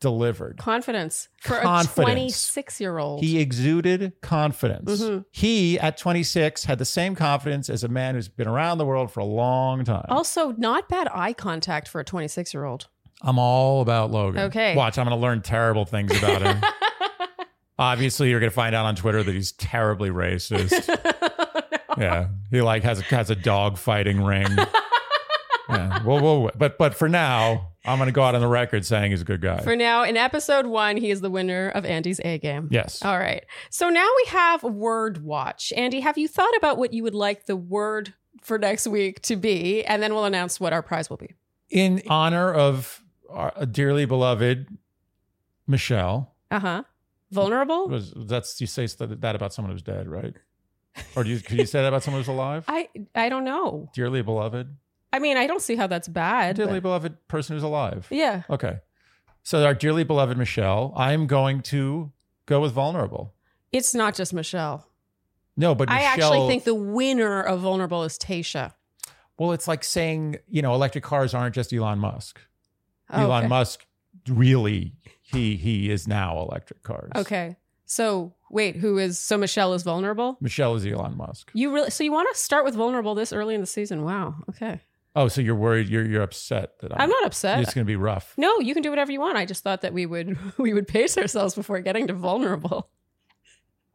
Speaker 1: delivered.
Speaker 3: Confidence for a
Speaker 1: Confidence.
Speaker 3: 26 year old.
Speaker 1: He exuded confidence.
Speaker 3: Mhm.
Speaker 1: He, at 26, had the same confidence as a man who's been around the world for a long time.
Speaker 3: Also, not bad eye contact for a 26 year old.
Speaker 1: I'm all about Logan.
Speaker 3: Okay.
Speaker 1: Watch, I'm going to learn terrible things about him. Obviously, you're going to find out on Twitter that he's terribly racist. yeah. He like has a, has a dog fighting ring. yeah. Well, well, but but for now, I'm going to go out on the record saying he's a good guy.
Speaker 3: For now, in episode one, he is the winner of Andy's A game.
Speaker 1: yes.
Speaker 3: All right. So now we have Word Watch. Andy, have you thought about what you would like the word for next week to be, and then we'll announce what our prize will be.
Speaker 1: in honor of our dearly beloved Michelle.
Speaker 3: Uh huh. Vulnerable?
Speaker 1: Was that's you say st- that about someone who's dead, right? Or do you could you say that about someone who's alive?
Speaker 3: I I don't know.
Speaker 1: dearly beloved,
Speaker 3: I mean, I don't see how that's bad.
Speaker 1: dearly
Speaker 3: but-
Speaker 1: beloved person who's alive.
Speaker 3: yeah.
Speaker 1: Okay, so our dearly beloved Michelle, I'm going to go with vulnerable.
Speaker 3: It's not just Michelle.
Speaker 1: No, but
Speaker 3: I
Speaker 1: Michelle,
Speaker 3: actually think the winner of Vulnerable is Tasha.
Speaker 1: well, it's like saying you know electric cars aren't just Elon Musk.
Speaker 3: Oh,
Speaker 1: Elon
Speaker 3: okay.
Speaker 1: Musk really he he is now electric cars.
Speaker 3: Okay. So wait, who is so Michelle is vulnerable?
Speaker 1: Michelle is Elon Musk.
Speaker 3: You really so you want to start with vulnerable this early in the season? Wow. Okay.
Speaker 1: Oh, so you're worried? You're you're upset that I'm,
Speaker 3: I'm not
Speaker 1: It's
Speaker 3: upset.
Speaker 1: going to be rough.
Speaker 3: No, you can do whatever you want. I just thought that we would we would pace ourselves before getting to vulnerable.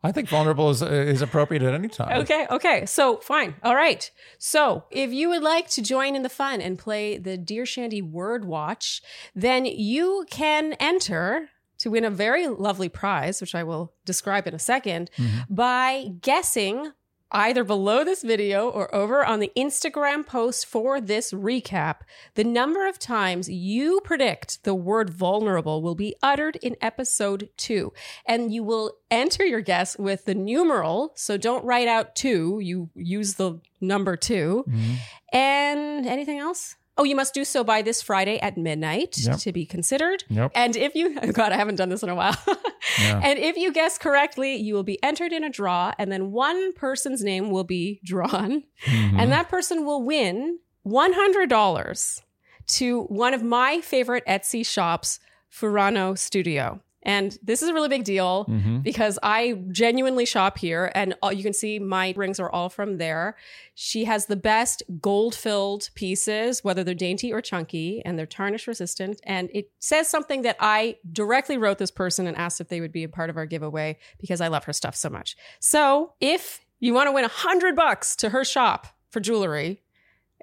Speaker 1: I think vulnerable is is appropriate at any time.
Speaker 3: Okay, okay. So, fine. All right. So, if you would like to join in the fun and play the Dear Shandy Word Watch, then you can enter to win a very lovely prize, which I will describe in a second,
Speaker 1: Mhm.
Speaker 3: by guessing either below this video or over on the Instagram post for this recap the number of times you predict the word vulnerable will be uttered in episode two. And you will enter your guess with the numeral. So don't write out two, you use the number two.
Speaker 1: Mhm.
Speaker 3: And anything else? Oh, you must do so by this Friday at midnight
Speaker 1: Yep.
Speaker 3: to be considered.
Speaker 1: Yep.
Speaker 3: And if you, oh God, I haven't done this in a while.
Speaker 1: Yeah.
Speaker 3: And if you guess correctly, you will be entered in a draw, and then one person's name will be drawn,
Speaker 1: Mhm.
Speaker 3: and that person will win $100 to one of my favorite Etsy shops, Furano Studio. And this is a really big deal
Speaker 1: Mhm.
Speaker 3: because I genuinely shop here, and all, you can see my rings are all from there. She has the best gold filled pieces, whether they're dainty or chunky, and they're tarnish resistant. And it says something that I directly wrote this person and asked if they would be a part of our giveaway because I love her stuff so much. So if you want to win a hundred bucks to her shop for jewelry,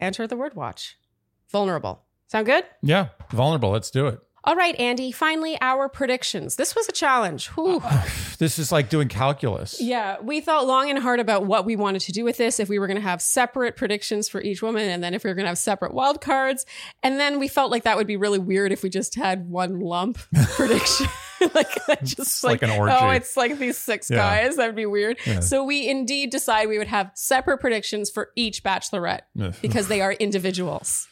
Speaker 3: enter the word watch. Vulnerable. Sound good?
Speaker 1: Yeah. Vulnerable. Let's do it.
Speaker 3: All right, Andy. Finally, our predictions. This was a challenge. Whew.
Speaker 1: This is like doing calculus.
Speaker 3: Yeah, we thought long and hard about what we wanted to do with this. If we were going to have separate predictions for each woman, and then if we were going to have separate wild cards, and then we felt like that would be really weird if we just had one lump prediction, like just
Speaker 1: It's
Speaker 3: like,
Speaker 1: like an orgy.
Speaker 3: Oh, it's like these six
Speaker 1: Yeah.
Speaker 3: guys. That'd be weird.
Speaker 1: Yeah.
Speaker 3: So we indeed decide we would have separate predictions for each bachelorette
Speaker 1: Ugh.
Speaker 3: because they are individuals.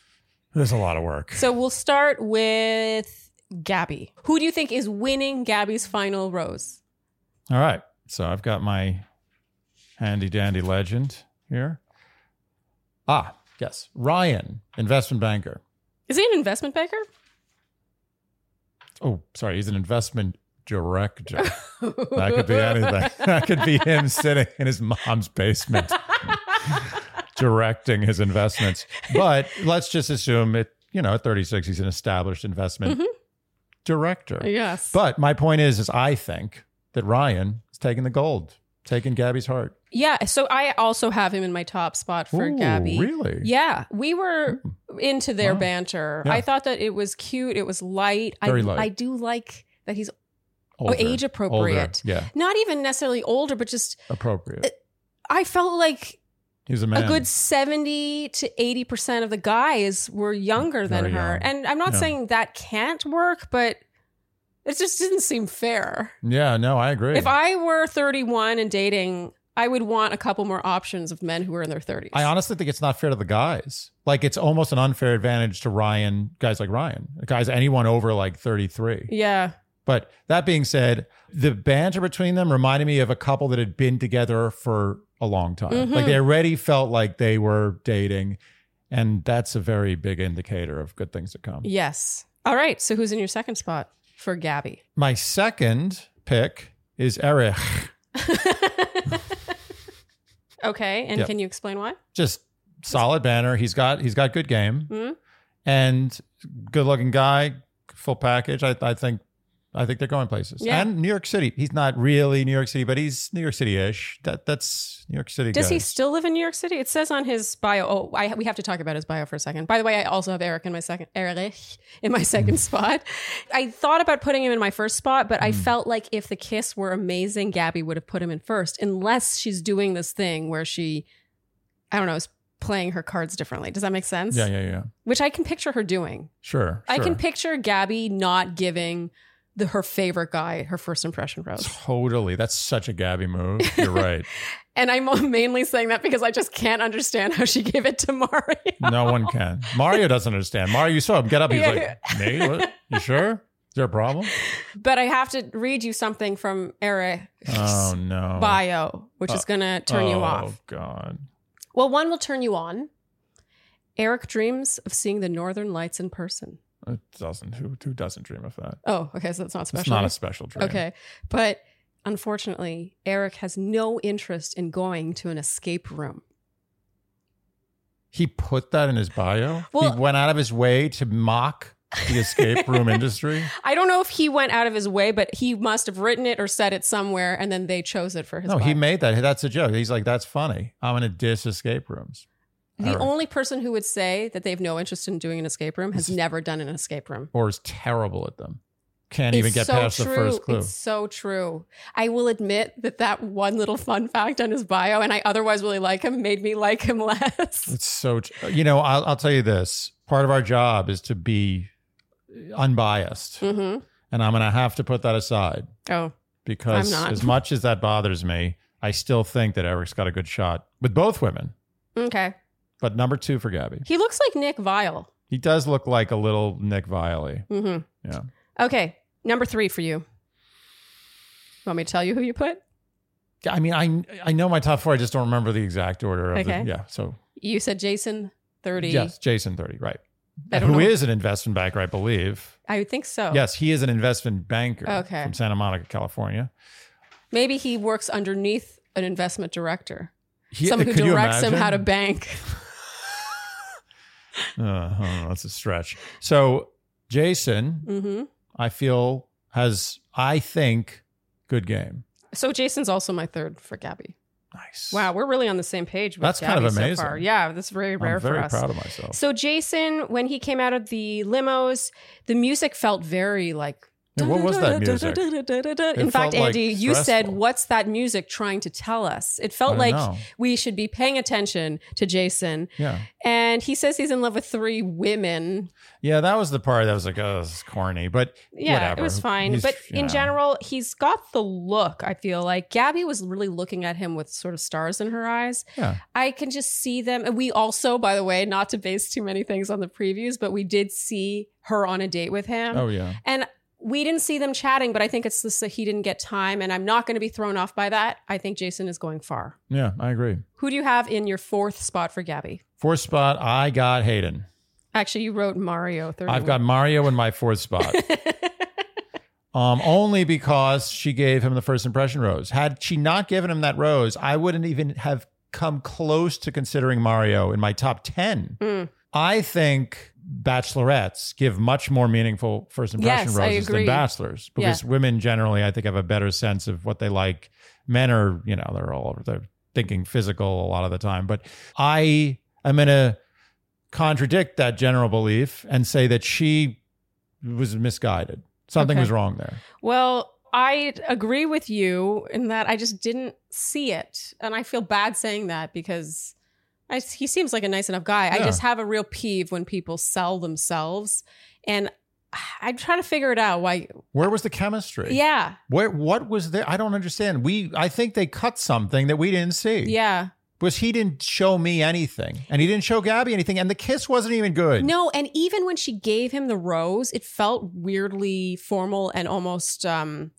Speaker 1: There's a lot of work.
Speaker 3: So we'll start with Gabby. Who do you think is winning Gabby's final rose?
Speaker 1: All right. So I've got my handy dandy legend here. Ah, yes. Ryan, investment banker.
Speaker 3: Is he an investment banker?
Speaker 1: Oh, sorry. He's an investment director. That could be anything. That could be him sitting in his mom's basement directing his investments. But let's just assume it, you know, at 36, he's an established investment
Speaker 3: Mhm.
Speaker 1: director.
Speaker 3: yes.
Speaker 1: But my point is, is I think that Ryan is taking the gold, taking Gabby's heart.
Speaker 3: yeah. So I also have him in my top spot for
Speaker 1: Ooh,
Speaker 3: Gabby.
Speaker 1: Really? Hmm.
Speaker 3: Yeah. We were into their
Speaker 1: Wow.
Speaker 3: banter.
Speaker 1: Yeah.
Speaker 3: I thought that it was cute. It was light.
Speaker 1: Very
Speaker 3: I,
Speaker 1: light.
Speaker 3: I do like that he's
Speaker 1: Older.
Speaker 3: Oh, age appropriate.
Speaker 1: Older. Yeah,
Speaker 3: Not even necessarily older, but just
Speaker 1: appropriate.
Speaker 3: I felt like
Speaker 1: He's a man.
Speaker 3: a good 70 to 80% of the guys were younger than
Speaker 1: Very
Speaker 3: her.
Speaker 1: young.
Speaker 3: And I'm not
Speaker 1: Yeah.
Speaker 3: saying that can't work, but it just didn't seem fair.
Speaker 1: Yeah, no, I agree.
Speaker 3: If I were 31 and dating, I would want a couple more options of men who are in their 30s.
Speaker 1: I honestly think it's not fair to the guys. Like it's almost an unfair advantage to Ryan, guys like Ryan, guys anyone over like 33.
Speaker 3: yeah.
Speaker 1: But that being said, the banter between them reminded me of a couple that had been together for a long time.
Speaker 3: Mhm.
Speaker 1: Like they already felt like they were dating, and that's a very big indicator of good things to come.
Speaker 3: Yes. All right. So who's in your second spot for Gabby?
Speaker 1: My second pick is Erich.
Speaker 3: okay. And
Speaker 1: Yep.
Speaker 3: can you explain why?
Speaker 1: Just solid banner. He's got he's got good game.
Speaker 3: Mhm.
Speaker 1: and good looking guy, full package. I, I think I think they're going places.
Speaker 3: Yeah.
Speaker 1: And New York City. He's not really New York City, but he's New York City ish. That that's New York City.
Speaker 3: Does
Speaker 1: guy.
Speaker 3: he still live in New York City? It says on his bio. Oh, I, we have to talk about his bio for a second. By the way, I also have Eric in my second Erich in my second spot. I thought about putting him in my first spot, but I
Speaker 1: Mm.
Speaker 3: felt like if the kiss were amazing, Gabby would have put him in first, unless she's doing this thing where she, I don't know, is playing her cards differently. Does that make sense?
Speaker 1: Yeah, yeah, yeah.
Speaker 3: Which I can picture her doing.
Speaker 1: Sure.
Speaker 3: I
Speaker 1: sure.
Speaker 3: can picture Gabby not giving the her favorite guy her first impression rose.
Speaker 1: Totally. That's such a Gabby move. You're right.
Speaker 3: And I'm mainly saying that because I just can't understand how she gave it to Mari.
Speaker 1: No one can. Mario doesn't understand. Mario, you saw him get up. He's like, Nate, what? You sure? Is there a problem?
Speaker 3: But I have to read you something from Eric's
Speaker 1: Oh, no. Uh,
Speaker 3: bio, which is going to turn you
Speaker 1: Oh,
Speaker 3: off.
Speaker 1: God.
Speaker 3: Well, one will turn you on. Eric dreams of seeing the northern lights in person.
Speaker 1: It doesn't. Who, who doesn't dream of that?
Speaker 3: Oh, okay, so that's not special.
Speaker 1: It's not a special dream.
Speaker 3: Okay. But unfortunately, Eric has no interest in going to an escape room.
Speaker 1: He put that in his bio.
Speaker 3: Well-
Speaker 1: he went out of his way to mock the escape room industry.
Speaker 3: I don't know if he went out of his way, but he must have written it or said it somewhere and then they chose it for his
Speaker 1: No, he
Speaker 3: bio.
Speaker 1: made that. That's a joke. He's like, that's funny. I'm going to diss escape rooms.
Speaker 3: The
Speaker 1: Alright.
Speaker 3: only person who would say that they have no interest in doing an escape room has
Speaker 1: This is-
Speaker 3: never done an escape room.
Speaker 1: Or is terrible at them. Can't even
Speaker 3: It's
Speaker 1: get
Speaker 3: so
Speaker 1: past
Speaker 3: true.
Speaker 1: the first clue.
Speaker 3: It's so true. I will admit that that one little fun fact on his bio, and I otherwise really like him, made me like him less.
Speaker 1: It's so, tr- you know, I'll, I'll tell you this part of our job is to be unbiased.
Speaker 3: hmm
Speaker 1: And I'm going to have to put that aside
Speaker 3: Oh,
Speaker 1: because
Speaker 3: I'm not.
Speaker 1: as much as that bothers me, I still think that Eric's got a good shot with both women.
Speaker 3: okay.
Speaker 1: But number two for Gabby.
Speaker 3: He looks like Nick Vile.
Speaker 1: He does look like a little Nick Viley.
Speaker 3: hmm
Speaker 1: Yeah.
Speaker 3: Okay. Number three for you. Want me to tell you who you put?
Speaker 1: I mean, I I know my top four. I just don't remember the exact order. Of
Speaker 3: Okay.
Speaker 1: The, yeah. So
Speaker 3: You said Jason 30.
Speaker 1: yes, Jason thirty, right?
Speaker 3: I
Speaker 1: Who is
Speaker 3: don't know.
Speaker 1: an investment banker, I believe.
Speaker 3: I would think so.
Speaker 1: Yes, he is an investment banker
Speaker 3: Okay.
Speaker 1: from Santa Monica, California.
Speaker 3: Maybe he works underneath an investment director,
Speaker 1: He,
Speaker 3: someone who
Speaker 1: could you
Speaker 3: directs him
Speaker 1: imagine?
Speaker 3: how to bank.
Speaker 1: Uh, I don't know, that's a stretch. So Jason,
Speaker 3: hmm
Speaker 1: I feel has I think good game.
Speaker 3: So Jason's also my third for Gabby.
Speaker 1: Nice.
Speaker 3: Wow, we're really on the same page. With
Speaker 1: That's kind
Speaker 3: Gabby
Speaker 1: of amazing.
Speaker 3: So far. Yeah, that's very rare
Speaker 1: I'm very
Speaker 3: for us.
Speaker 1: proud of myself.
Speaker 3: So Jason, when he came out of the limos, the music felt very like.
Speaker 1: Yeah, what was that music?
Speaker 3: In
Speaker 1: It
Speaker 3: fact,
Speaker 1: felt, like,
Speaker 3: Andy, you said,
Speaker 1: stressful.
Speaker 3: "What's that music trying to tell us?" It
Speaker 1: I
Speaker 3: felt
Speaker 1: don't
Speaker 3: like
Speaker 1: know.
Speaker 3: we should be paying attention to Jason,
Speaker 1: yeah,
Speaker 3: and he says he's in love with three women.
Speaker 1: yeah, that was the part that was like, oh, this is corny, but
Speaker 3: Yeah,
Speaker 1: Whatever.
Speaker 3: it was fine.
Speaker 1: He's-
Speaker 3: but in
Speaker 1: yeah.
Speaker 3: general, he's got the look, I feel like. Gabby was really looking at him with sort of stars in her eyes.
Speaker 1: Yeah.
Speaker 3: I can just see them. And we also, by the way, not to base too many things on the previews, but we did see her on a date with him.
Speaker 1: oh yeah,
Speaker 3: We didn't see them chatting, but I think it's just that he didn't get time. And I'm not going to be thrown off by that. I think Jason is going far.
Speaker 1: yeah, I agree.
Speaker 3: Who do you have in your fourth spot for Gabby?
Speaker 1: Fourth spot, I got Hayden.
Speaker 3: Actually, you wrote Mario. Third
Speaker 1: I've got Mario in my fourth spot. Um, only because she gave him the first impression rose. Had she not given him that rose, I wouldn't even have come close to considering Mario in my top 10.
Speaker 3: Mm.
Speaker 1: I think bachelorettes give much more meaningful first impression
Speaker 3: Yes, I
Speaker 1: roses
Speaker 3: agree.
Speaker 1: than bachelors because women generally, I think, have a better sense of what they like. Men are, you know, they're all they're thinking physical a lot of the time. But I am going to contradict that general belief and say that she was misguided. Something
Speaker 3: Okay.
Speaker 1: was wrong there.
Speaker 3: Well, I agree with you in that I just didn't see it. And I feel bad saying that because I, he seems like a nice enough guy. I
Speaker 1: Yeah.
Speaker 3: just have a real peeve when people sell themselves. And I'm trying to figure it out why.
Speaker 1: Where was the chemistry?
Speaker 3: Yeah.
Speaker 1: Where what was there? I don't understand. We I think they cut something that we didn't see.
Speaker 3: Yeah.
Speaker 1: Was he didn't show me anything. And he didn't show Gabby anything. And the kiss wasn't even good.
Speaker 3: No. And even when she gave him the rose, it felt weirdly formal and almost um,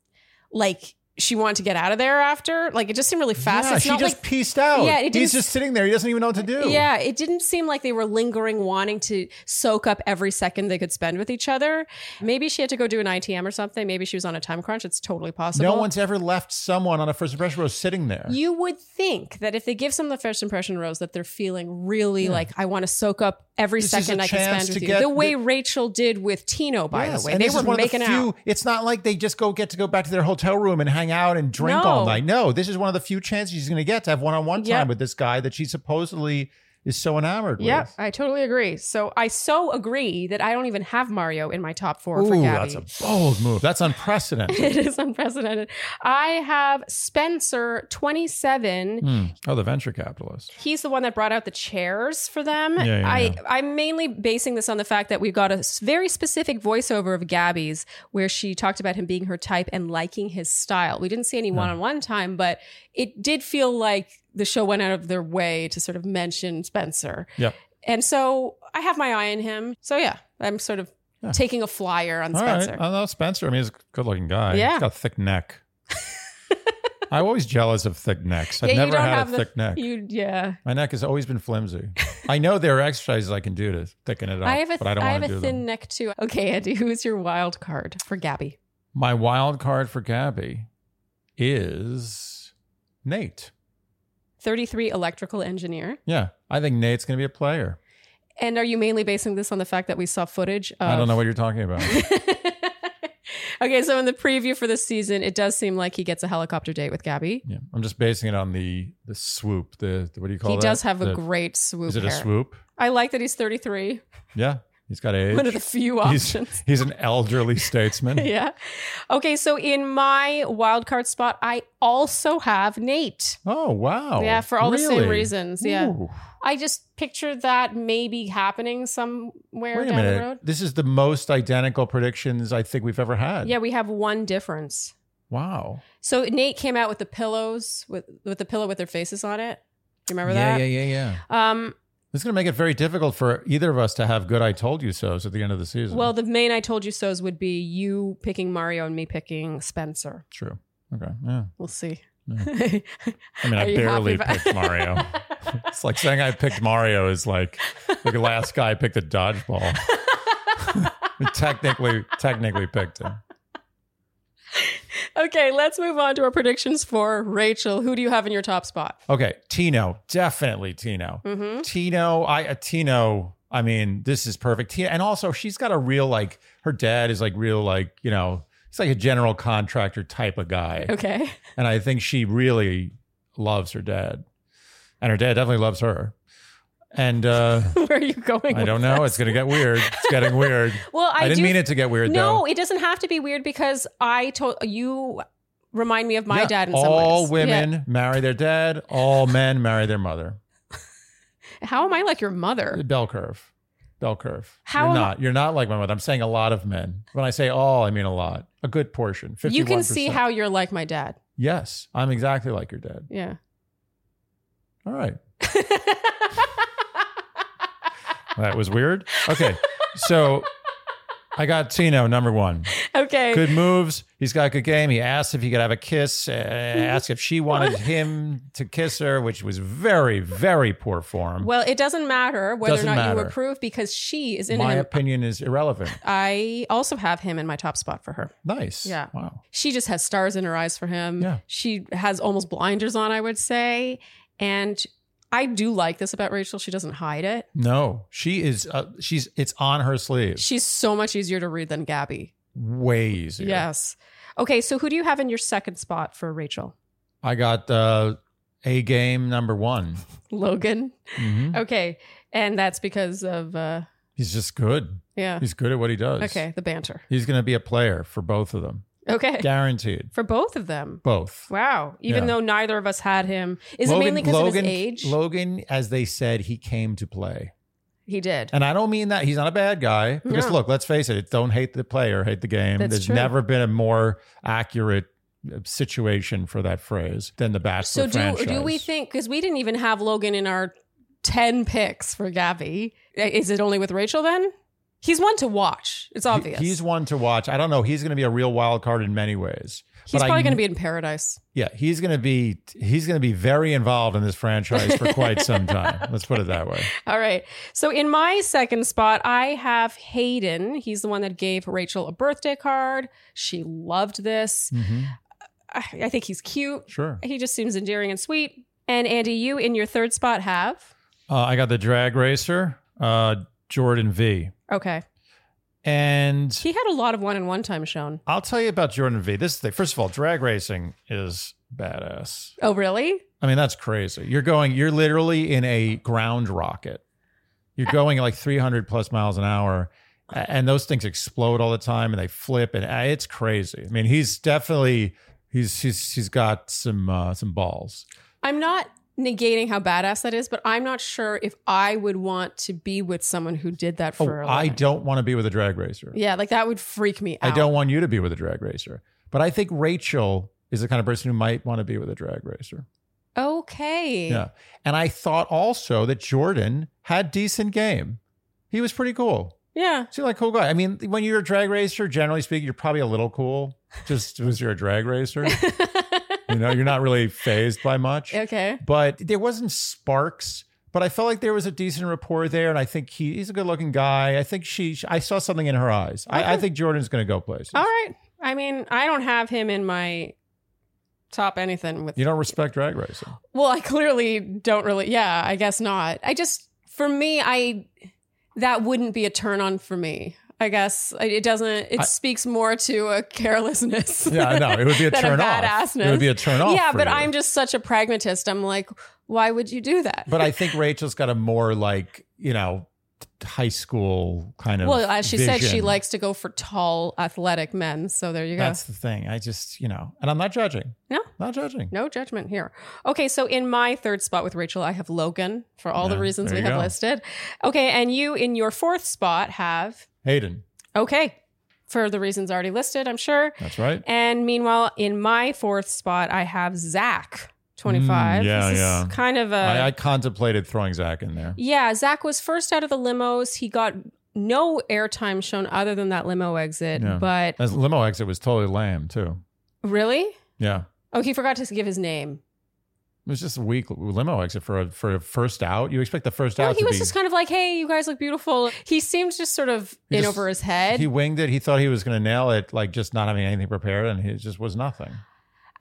Speaker 3: like she wanted to get out of there after. Like it just seemed really fast.
Speaker 1: Yeah,
Speaker 3: it's
Speaker 1: she
Speaker 3: not
Speaker 1: just
Speaker 3: like
Speaker 1: pieced out.
Speaker 3: Yeah, it didn't-
Speaker 1: He's just sitting there. He doesn't even know what to do.
Speaker 3: Yeah, it didn't seem like they were lingering, wanting to soak up every second they could spend with each other. Maybe she had to go do an ITM or something. Maybe she was on a time crunch. It's totally possible.
Speaker 1: no one's ever left someone on a first impression row sitting there.
Speaker 3: You would think that if they give someone the first impression rose, that they're feeling really
Speaker 1: Yeah.
Speaker 3: like I want to soak up every
Speaker 1: This is
Speaker 3: second
Speaker 1: a
Speaker 3: I can
Speaker 1: chance
Speaker 3: spend
Speaker 1: to
Speaker 3: with you.
Speaker 1: get
Speaker 3: The way
Speaker 1: the-
Speaker 3: Rachel did with Tino, by
Speaker 1: Yes,
Speaker 3: the way,
Speaker 1: and
Speaker 3: they
Speaker 1: this
Speaker 3: were
Speaker 1: is one of the
Speaker 3: making
Speaker 1: few-
Speaker 3: out.
Speaker 1: It's not like they just go get to go back to their hotel room and hang out and drink all
Speaker 3: No.
Speaker 1: night. No, this is one of the few chances she's going to get to have one on one
Speaker 3: Yeah.
Speaker 1: time with this guy that she supposedly is so enamored with.
Speaker 3: Yeah, I totally agree. So I so agree that I don't even have Mario in my top four for
Speaker 1: Ooh,
Speaker 3: Gabby.
Speaker 1: that's a bold move. That's unprecedented.
Speaker 3: it is unprecedented. I have Spencer 27.
Speaker 1: Hmm. Oh, the venture capitalist.
Speaker 3: He's the one that brought out the chairs for them.
Speaker 1: Yeah, yeah,
Speaker 3: I,
Speaker 1: yeah.
Speaker 3: I'm mainly basing this on the fact that we got a s- very specific voiceover of Gabby's where she talked about him being her type and liking his style. We didn't see any
Speaker 1: Yeah.
Speaker 3: one on one time, but it did feel like the show went out of their way to sort of mention Spencer.
Speaker 1: Yep.
Speaker 3: And so I have my eye on him. So yeah, I'm sort of
Speaker 1: Yeah.
Speaker 3: taking a flyer on
Speaker 1: All right.
Speaker 3: Spencer.
Speaker 1: I know Spencer. I mean, he's a good looking guy.
Speaker 3: Yeah.
Speaker 1: He's got a thick neck. I'm always jealous of thick necks. I've
Speaker 3: Yeah, you
Speaker 1: never
Speaker 3: don't
Speaker 1: had
Speaker 3: have
Speaker 1: a
Speaker 3: the-
Speaker 1: thick neck.
Speaker 3: You yeah.
Speaker 1: My neck has always been flimsy. I know there are exercises I can do to thicken it up,
Speaker 3: I have a
Speaker 1: but I don't
Speaker 3: I
Speaker 1: want
Speaker 3: have
Speaker 1: to
Speaker 3: a
Speaker 1: do
Speaker 3: thin
Speaker 1: them.
Speaker 3: neck too. Okay, Andy, who is your wild card for Gabby?
Speaker 1: My wild card for Gabby is Nate.
Speaker 3: 33 electrical engineer.
Speaker 1: Yeah, I think Nate's going to be a player.
Speaker 3: And are you mainly basing this on the fact that we saw footage of
Speaker 1: I don't know what you're talking about.
Speaker 3: okay, so in the preview for this season, it does seem like he gets a helicopter date with Gabby.
Speaker 1: yeah, I'm just basing it on the the swoop. The, the- what do you call
Speaker 3: He
Speaker 1: that?
Speaker 3: does have a
Speaker 1: The-
Speaker 3: great swoop
Speaker 1: Is it a
Speaker 3: hair.
Speaker 1: swoop?
Speaker 3: I like that he's 33.
Speaker 1: Yeah, he's got age.
Speaker 3: One of the few
Speaker 1: He's-
Speaker 3: options.
Speaker 1: He's an elderly statesman.
Speaker 3: yeah. Okay, so in my wild card spot, I also have Nate.
Speaker 1: Oh wow!
Speaker 3: yeah, for all the
Speaker 1: Really?
Speaker 3: same reasons. Yeah.
Speaker 1: Ooh.
Speaker 3: I just picture that maybe happening somewhere
Speaker 1: Wait a
Speaker 3: down
Speaker 1: minute.
Speaker 3: the road.
Speaker 1: This is the most identical predictions I think we've ever had.
Speaker 3: Yeah, we have one difference.
Speaker 1: Wow.
Speaker 3: So Nate came out with the pillows with with the pillow with their faces on it. Do you remember
Speaker 1: yeah,
Speaker 3: that?
Speaker 1: yeah, yeah, yeah.
Speaker 3: Um
Speaker 1: This is going to make it very difficult for either of us to have good "I told you so"s at the end of the season.
Speaker 3: well the main I told you so's would be you picking Mario and me picking Spencer.
Speaker 1: true. Okay. Yeah.
Speaker 3: We'll see.
Speaker 1: I mean,
Speaker 3: Are
Speaker 1: Mm. I
Speaker 3: you happy
Speaker 1: barely
Speaker 3: about-
Speaker 1: picked Mario. it's like saying I picked Mario is like the last guy picked a dodgeball. We technically, technically picked him.
Speaker 3: okay, let's move on to our predictions for Rachel. Who do you have in your top spot?
Speaker 1: Okay, Tino, definitely Tino.
Speaker 3: Mm-hmm.
Speaker 1: Tino, I uh, Tino. I mean, this is perfect. Tina, and also she's got a real like her dad is like real like you know he's like a general contractor type of guy,
Speaker 3: Okay.
Speaker 1: and I think she really loves her dad, and her dad definitely loves her. And uh,
Speaker 3: Where are you going?
Speaker 1: I don't know, it's gonna get weird. It's getting weird.
Speaker 3: Well, I,
Speaker 1: I, didn't
Speaker 3: do
Speaker 1: mean it to get weird
Speaker 3: No,
Speaker 1: though.
Speaker 3: it doesn't have to be weird because I told you remind me of my
Speaker 1: Yeah,
Speaker 3: dad in some ways.
Speaker 1: all
Speaker 3: Yeah.
Speaker 1: women marry their dad. All men marry their mother.
Speaker 3: How am I like your mother?
Speaker 1: Bell curve. Bell curve.
Speaker 3: How
Speaker 1: you're
Speaker 3: am-
Speaker 1: not. You're not like my mother. I'm saying a lot of men. When I say all, I mean a lot. A good portion. 51%.
Speaker 3: You can see how you're like my dad.
Speaker 1: Yes, I'm exactly like your dad.
Speaker 3: Yeah.
Speaker 1: All right. That was weird. Okay. So I got Tino number one.
Speaker 3: okay.
Speaker 1: Good moves. He's got a good game. He asked if he could have a kiss. Uh,
Speaker 3: Mm-hmm.
Speaker 1: asked if she wanted him to kiss her, which was very, very poor form.
Speaker 3: Well, it doesn't matter whether
Speaker 1: Doesn't
Speaker 3: or not you
Speaker 1: matter.
Speaker 3: approve because she is in Uh,
Speaker 1: My
Speaker 3: him.
Speaker 1: opinion is irrelevant.
Speaker 3: I also have him in my top spot for her.
Speaker 1: Nice.
Speaker 3: Yeah.
Speaker 1: Wow.
Speaker 3: She just has stars in her eyes for him.
Speaker 1: Yeah.
Speaker 3: She has almost blinders on, I would say. And I do like this about Rachel. She doesn't hide it.
Speaker 1: No, she is. Uh, she's. It's on her sleeve.
Speaker 3: She's so much easier to read than Gabby.
Speaker 1: way easier.
Speaker 3: Yes. Okay, so who do you have in your second spot for Rachel?
Speaker 1: I got uh, a game number one.
Speaker 3: Logan.
Speaker 1: Mhm.
Speaker 3: Okay. And that's because of uh
Speaker 1: He's just good.
Speaker 3: yeah.
Speaker 1: He's good at what he does.
Speaker 3: Okay, the banter.
Speaker 1: He's going to be a player for both of them,
Speaker 3: Okay.
Speaker 1: guaranteed.
Speaker 3: For both of them.
Speaker 1: Both.
Speaker 3: Wow. Even
Speaker 1: Yeah.
Speaker 3: though neither of us had him. Is it mainly because of his
Speaker 1: Logan,
Speaker 3: age?
Speaker 1: Logan, as they said, he came to play,
Speaker 3: he did.
Speaker 1: and I don't mean that he's not a bad guy. Because
Speaker 3: No.
Speaker 1: look, let's face it: don't hate the player, hate the game.
Speaker 3: That's
Speaker 1: There's
Speaker 3: true.
Speaker 1: never been a more accurate uh, situation for that phrase than the Bachelor
Speaker 3: So do
Speaker 1: franchise.
Speaker 3: do we think because we didn't even have Logan in our ten picks for Gabby? Is it only with Rachel then? He's one to watch. It's
Speaker 1: He-
Speaker 3: obvious.
Speaker 1: He's one to watch. I don't know. He's going to be a real wild card in many ways.
Speaker 3: He's
Speaker 1: but I
Speaker 3: probably going to be in paradise.
Speaker 1: Yeah, he's going to be he's going to be very involved in this franchise for quite some time. Let's put it that way.
Speaker 3: All right. So in my second spot, I have Hayden. He's the one that gave Rachel a birthday card. She loved this. I, I think he's cute.
Speaker 1: Mm-hmm. Sure.
Speaker 3: He just seems endearing and sweet. And Andy, you in your third spot have
Speaker 1: Uh, I got the drag racer, uh, Jordan V,
Speaker 3: okay.
Speaker 1: and
Speaker 3: He had a lot of one-on-one time shown.
Speaker 1: I'll tell you about Jordan V. This is the, first of all, drag racing is badass.
Speaker 3: Oh, really?
Speaker 1: I mean, that's crazy. You're going, you're literally in a ground rocket. You're going like 300 plus miles an hour, a- and those things explode all the time and they flip, and uh, it's crazy. I mean, he's definitely he's he's he's got some uh, some balls.
Speaker 3: I'm not negating how badass that is, but I'm not sure if I would want to be with someone who did that
Speaker 1: Oh,
Speaker 3: for. a
Speaker 1: I
Speaker 3: living.
Speaker 1: don't want to be with a drag racer.
Speaker 3: Yeah, like that would freak me
Speaker 1: I
Speaker 3: out.
Speaker 1: don't want you to be with a drag racer. But I think Rachel is the kind of person who might want to be with a drag racer.
Speaker 3: Okay.
Speaker 1: Yeah. And I thought also that Jordan had decent game. He was pretty cool.
Speaker 3: Yeah.
Speaker 1: Seemed like a cool guy. I mean, when you're a drag racer, generally speaking, you're probably a little cool. Just because you're a drag racer. You know, you're not really phased by much.
Speaker 3: okay.
Speaker 1: But there wasn't sparks. But I felt like there was a decent rapport there, and I think he, he's a good-looking guy. I think she, I saw something in her eyes. I, I
Speaker 3: Okay.
Speaker 1: think Jordan's going to go places.
Speaker 3: All right. I mean, I don't have him in my top anything with
Speaker 1: You don't respect drag racing.
Speaker 3: Well, I clearly don't really. Yeah, I guess not. I just for me, I that wouldn't be a turn on for me. I guess I- it doesn't. It
Speaker 1: I-
Speaker 3: speaks more to a carelessness.
Speaker 1: Yeah, I know. It would be a
Speaker 3: Than a
Speaker 1: turn off. It would be a turn off.
Speaker 3: yeah,
Speaker 1: for
Speaker 3: but
Speaker 1: you.
Speaker 3: I'm just such a pragmatist. I'm like, why would you do that?
Speaker 1: But I think Rachel's got a more like you know t- high school kind of.
Speaker 3: well, as she said, she
Speaker 1: vision.
Speaker 3: likes to go for tall, athletic men. So there you go.
Speaker 1: That's the thing. I just you know, and I'm not judging.
Speaker 3: No.
Speaker 1: not judging.
Speaker 3: No judgment here. Okay, so in my third spot with Rachel, I have Logan for all the
Speaker 1: Yeah,
Speaker 3: reasons
Speaker 1: there
Speaker 3: we
Speaker 1: you
Speaker 3: have
Speaker 1: go.
Speaker 3: listed. Okay, and you in your fourth spot have
Speaker 1: Hayden,
Speaker 3: okay for the reasons already listed, I'm sure.
Speaker 1: that's right.
Speaker 3: And meanwhile, in my fourth spot, I have Zach, 25.
Speaker 1: Mm, yeah,
Speaker 3: this is
Speaker 1: yeah.
Speaker 3: kind of a
Speaker 1: I, I contemplated throwing Zach in there.
Speaker 3: Uh, yeah. Zach was first out of the limos. He got no airtime shown other than that limo exit,
Speaker 1: Yeah.
Speaker 3: but
Speaker 1: As limo exit was totally lame too.
Speaker 3: really.
Speaker 1: Yeah,
Speaker 3: Oh, he forgot to give his name.
Speaker 1: it was just a weak limo exit for a for a first out. You expect the first
Speaker 3: Well,
Speaker 1: out
Speaker 3: he
Speaker 1: to
Speaker 3: was
Speaker 1: be.
Speaker 3: just kind of like, "Hey, you guys look beautiful." He seemed just sort of
Speaker 1: He
Speaker 3: in
Speaker 1: just-
Speaker 3: over his head.
Speaker 1: he winged it. He thought he was going to nail it, like just not having anything prepared, and he just was nothing.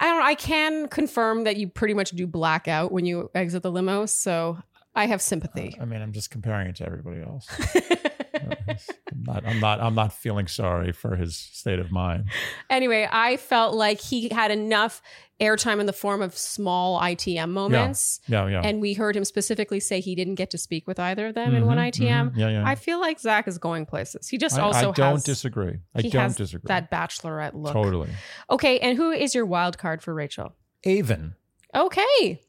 Speaker 3: I don't. I can confirm that you pretty much do black out when you exit the limo, so I have sympathy.
Speaker 1: I mean, I'm just comparing it to everybody else. I'm not, I'm not. I'm not feeling sorry for his state of mind.
Speaker 3: anyway, I felt like he had enough airtime in the form of small ITM moments,
Speaker 1: Yeah, yeah.
Speaker 3: and we heard him specifically say he didn't get to speak with either of them in one
Speaker 1: Mhm,
Speaker 3: ITM.
Speaker 1: mhm. Yeah, yeah.
Speaker 3: I feel like Zach is going places. He just
Speaker 1: I-
Speaker 3: also
Speaker 1: I don't
Speaker 3: has
Speaker 1: disagree. I
Speaker 3: he
Speaker 1: don't
Speaker 3: has
Speaker 1: disagree.
Speaker 3: that bachelorette look.
Speaker 1: totally.
Speaker 3: Okay, and who is your wild card for Rachel?
Speaker 1: Avon.
Speaker 3: Okay.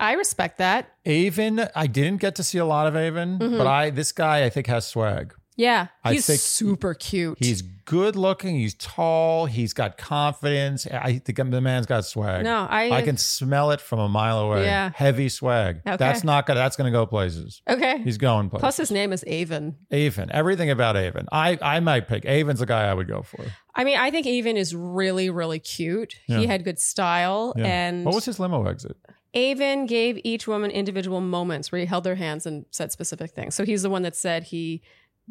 Speaker 3: I respect that.
Speaker 1: Avon. I didn't get to see a lot of Avon,
Speaker 3: Mhm.
Speaker 1: but I this guy I think has swag.
Speaker 3: Yeah.
Speaker 1: I
Speaker 3: He's
Speaker 1: think
Speaker 3: super cute.
Speaker 1: He's good looking. He's tall. He's got confidence. I think the man's got swag.
Speaker 3: No, I,
Speaker 1: I can smell it from a mile away.
Speaker 3: Yeah.
Speaker 1: Heavy swag.
Speaker 3: Okay.
Speaker 1: That's not gonna. That's gonna go places.
Speaker 3: Okay.
Speaker 1: He's going places.
Speaker 3: Plus his name is Avon.
Speaker 1: Avon. Everything about Avon. I I might pick. Avon's the guy I would go for.
Speaker 3: I mean, I think Avon is really, really cute. He
Speaker 1: Yeah.
Speaker 3: had good style
Speaker 1: Yeah.
Speaker 3: and
Speaker 1: What was his limo exit?
Speaker 3: Avon gave each woman individual moments where he held their hands and said specific things. So he's the one that said he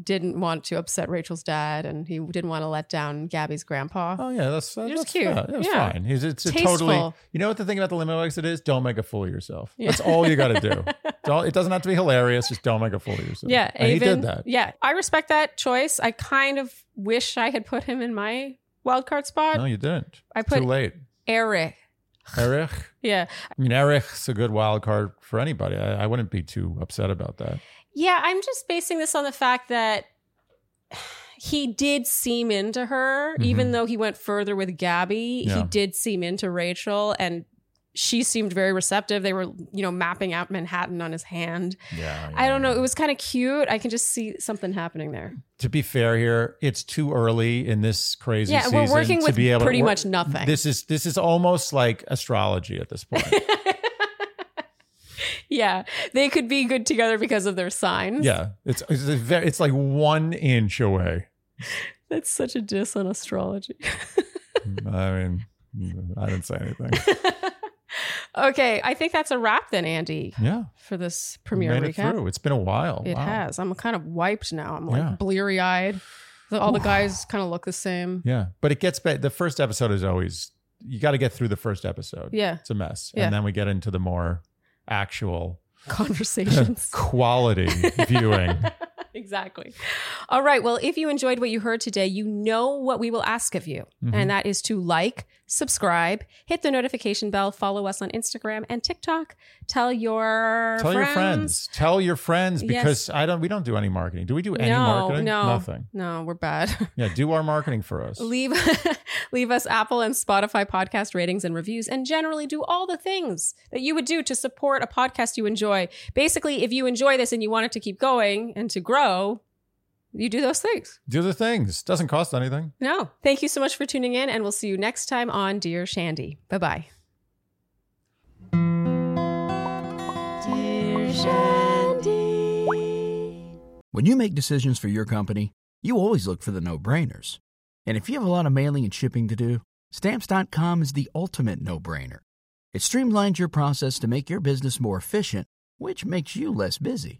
Speaker 3: didn't want to upset Rachel's dad and he didn't want to let down Gabby's grandpa.
Speaker 1: Oh yeah, that's that's,
Speaker 3: You're just
Speaker 1: that's
Speaker 3: cute.
Speaker 1: That. It was
Speaker 3: Yeah.
Speaker 1: fine. It's, it's a
Speaker 3: Tasteful.
Speaker 1: totally. You know what the thing about the limo exit is? Don't make a fool of yourself.
Speaker 3: Yeah.
Speaker 1: That's all you got to do. It's all- it doesn't have to be hilarious. Just don't make a fool of yourself.
Speaker 3: Yeah,
Speaker 1: and Oh, he
Speaker 3: Avon-
Speaker 1: did that.
Speaker 3: Yeah, I respect that choice. I kind of wish I had put him in my wild card spot.
Speaker 1: No, you didn't.
Speaker 3: I put
Speaker 1: Too late,
Speaker 3: Eric.
Speaker 1: Erich.
Speaker 3: Yeah,
Speaker 1: I mean, Erich's a good wild card for anybody. I, I wouldn't be too upset about that.
Speaker 3: Yeah, I'm just basing this on the fact that he did seem into her, even
Speaker 1: Mhm.
Speaker 3: though he went further with Gabby. He
Speaker 1: Yeah.
Speaker 3: did seem into Rachel, and she seemed very receptive. They were, you know, mapping out Manhattan on his hand.
Speaker 1: Yeah,
Speaker 3: I don't know. It was kind of cute. I can just see something happening there.
Speaker 1: to be fair here, it's too early in this crazy
Speaker 3: yeah,
Speaker 1: season
Speaker 3: we're working
Speaker 1: to
Speaker 3: with
Speaker 1: be able
Speaker 3: pretty
Speaker 1: to work-
Speaker 3: much nothing.
Speaker 1: This is this is almost like astrology at this point.
Speaker 3: yeah, they could be good together because of their signs.
Speaker 1: yeah, it's it's, a ve- it's like one inch away.
Speaker 3: that's such a diss on astrology.
Speaker 1: I mean, I didn't say anything.
Speaker 3: okay, I think that's a wrap then, Andy.
Speaker 1: Yeah,
Speaker 3: for this
Speaker 1: we
Speaker 3: premiere
Speaker 1: made it
Speaker 3: recap. It,
Speaker 1: through. It's been a while. Wow.
Speaker 3: has. I'm kind of wiped now. I'm like
Speaker 1: Yeah.
Speaker 3: bleary eyed. All the
Speaker 1: Oof.
Speaker 3: guys kind of look the same.
Speaker 1: Yeah, but it gets better. The first episode is always you got to get through the first episode.
Speaker 3: Yeah.
Speaker 1: It's a mess,
Speaker 3: Yeah.
Speaker 1: and then we get into the more actual
Speaker 3: Conversations.
Speaker 1: quality viewing.
Speaker 3: exactly. All right. Well, if you enjoyed what you heard today, you know what we will ask of you,
Speaker 1: Mhm.
Speaker 3: and that is to like, subscribe, hit the notification bell, follow us on Instagram and TikTok. Tell your
Speaker 1: Tell your friends. Tell your friends because I don't. We don't do any marketing. Do we do any
Speaker 3: No,
Speaker 1: marketing?
Speaker 3: no.
Speaker 1: Nothing.
Speaker 3: No, we're bad.
Speaker 1: Yeah, do our marketing for us.
Speaker 3: leave leave us Apple and Spotify podcast ratings and reviews and generally do all the things that you would do to support a podcast you enjoy. Basically, if you enjoy this and you want it to keep going and to grow, you do those things.
Speaker 1: Do the things. Doesn't cost anything.
Speaker 3: No. Thank you so much for tuning in and we'll see you next time on Dear Shandy. Bye-bye. Dear Shandy.
Speaker 2: When you make decisions for your company, you always look for the no brainers. And if you have a lot of mailing and shipping to do, stamps.com is the ultimate no brainer. It streamlines your process to make your business more efficient, which makes you less busy.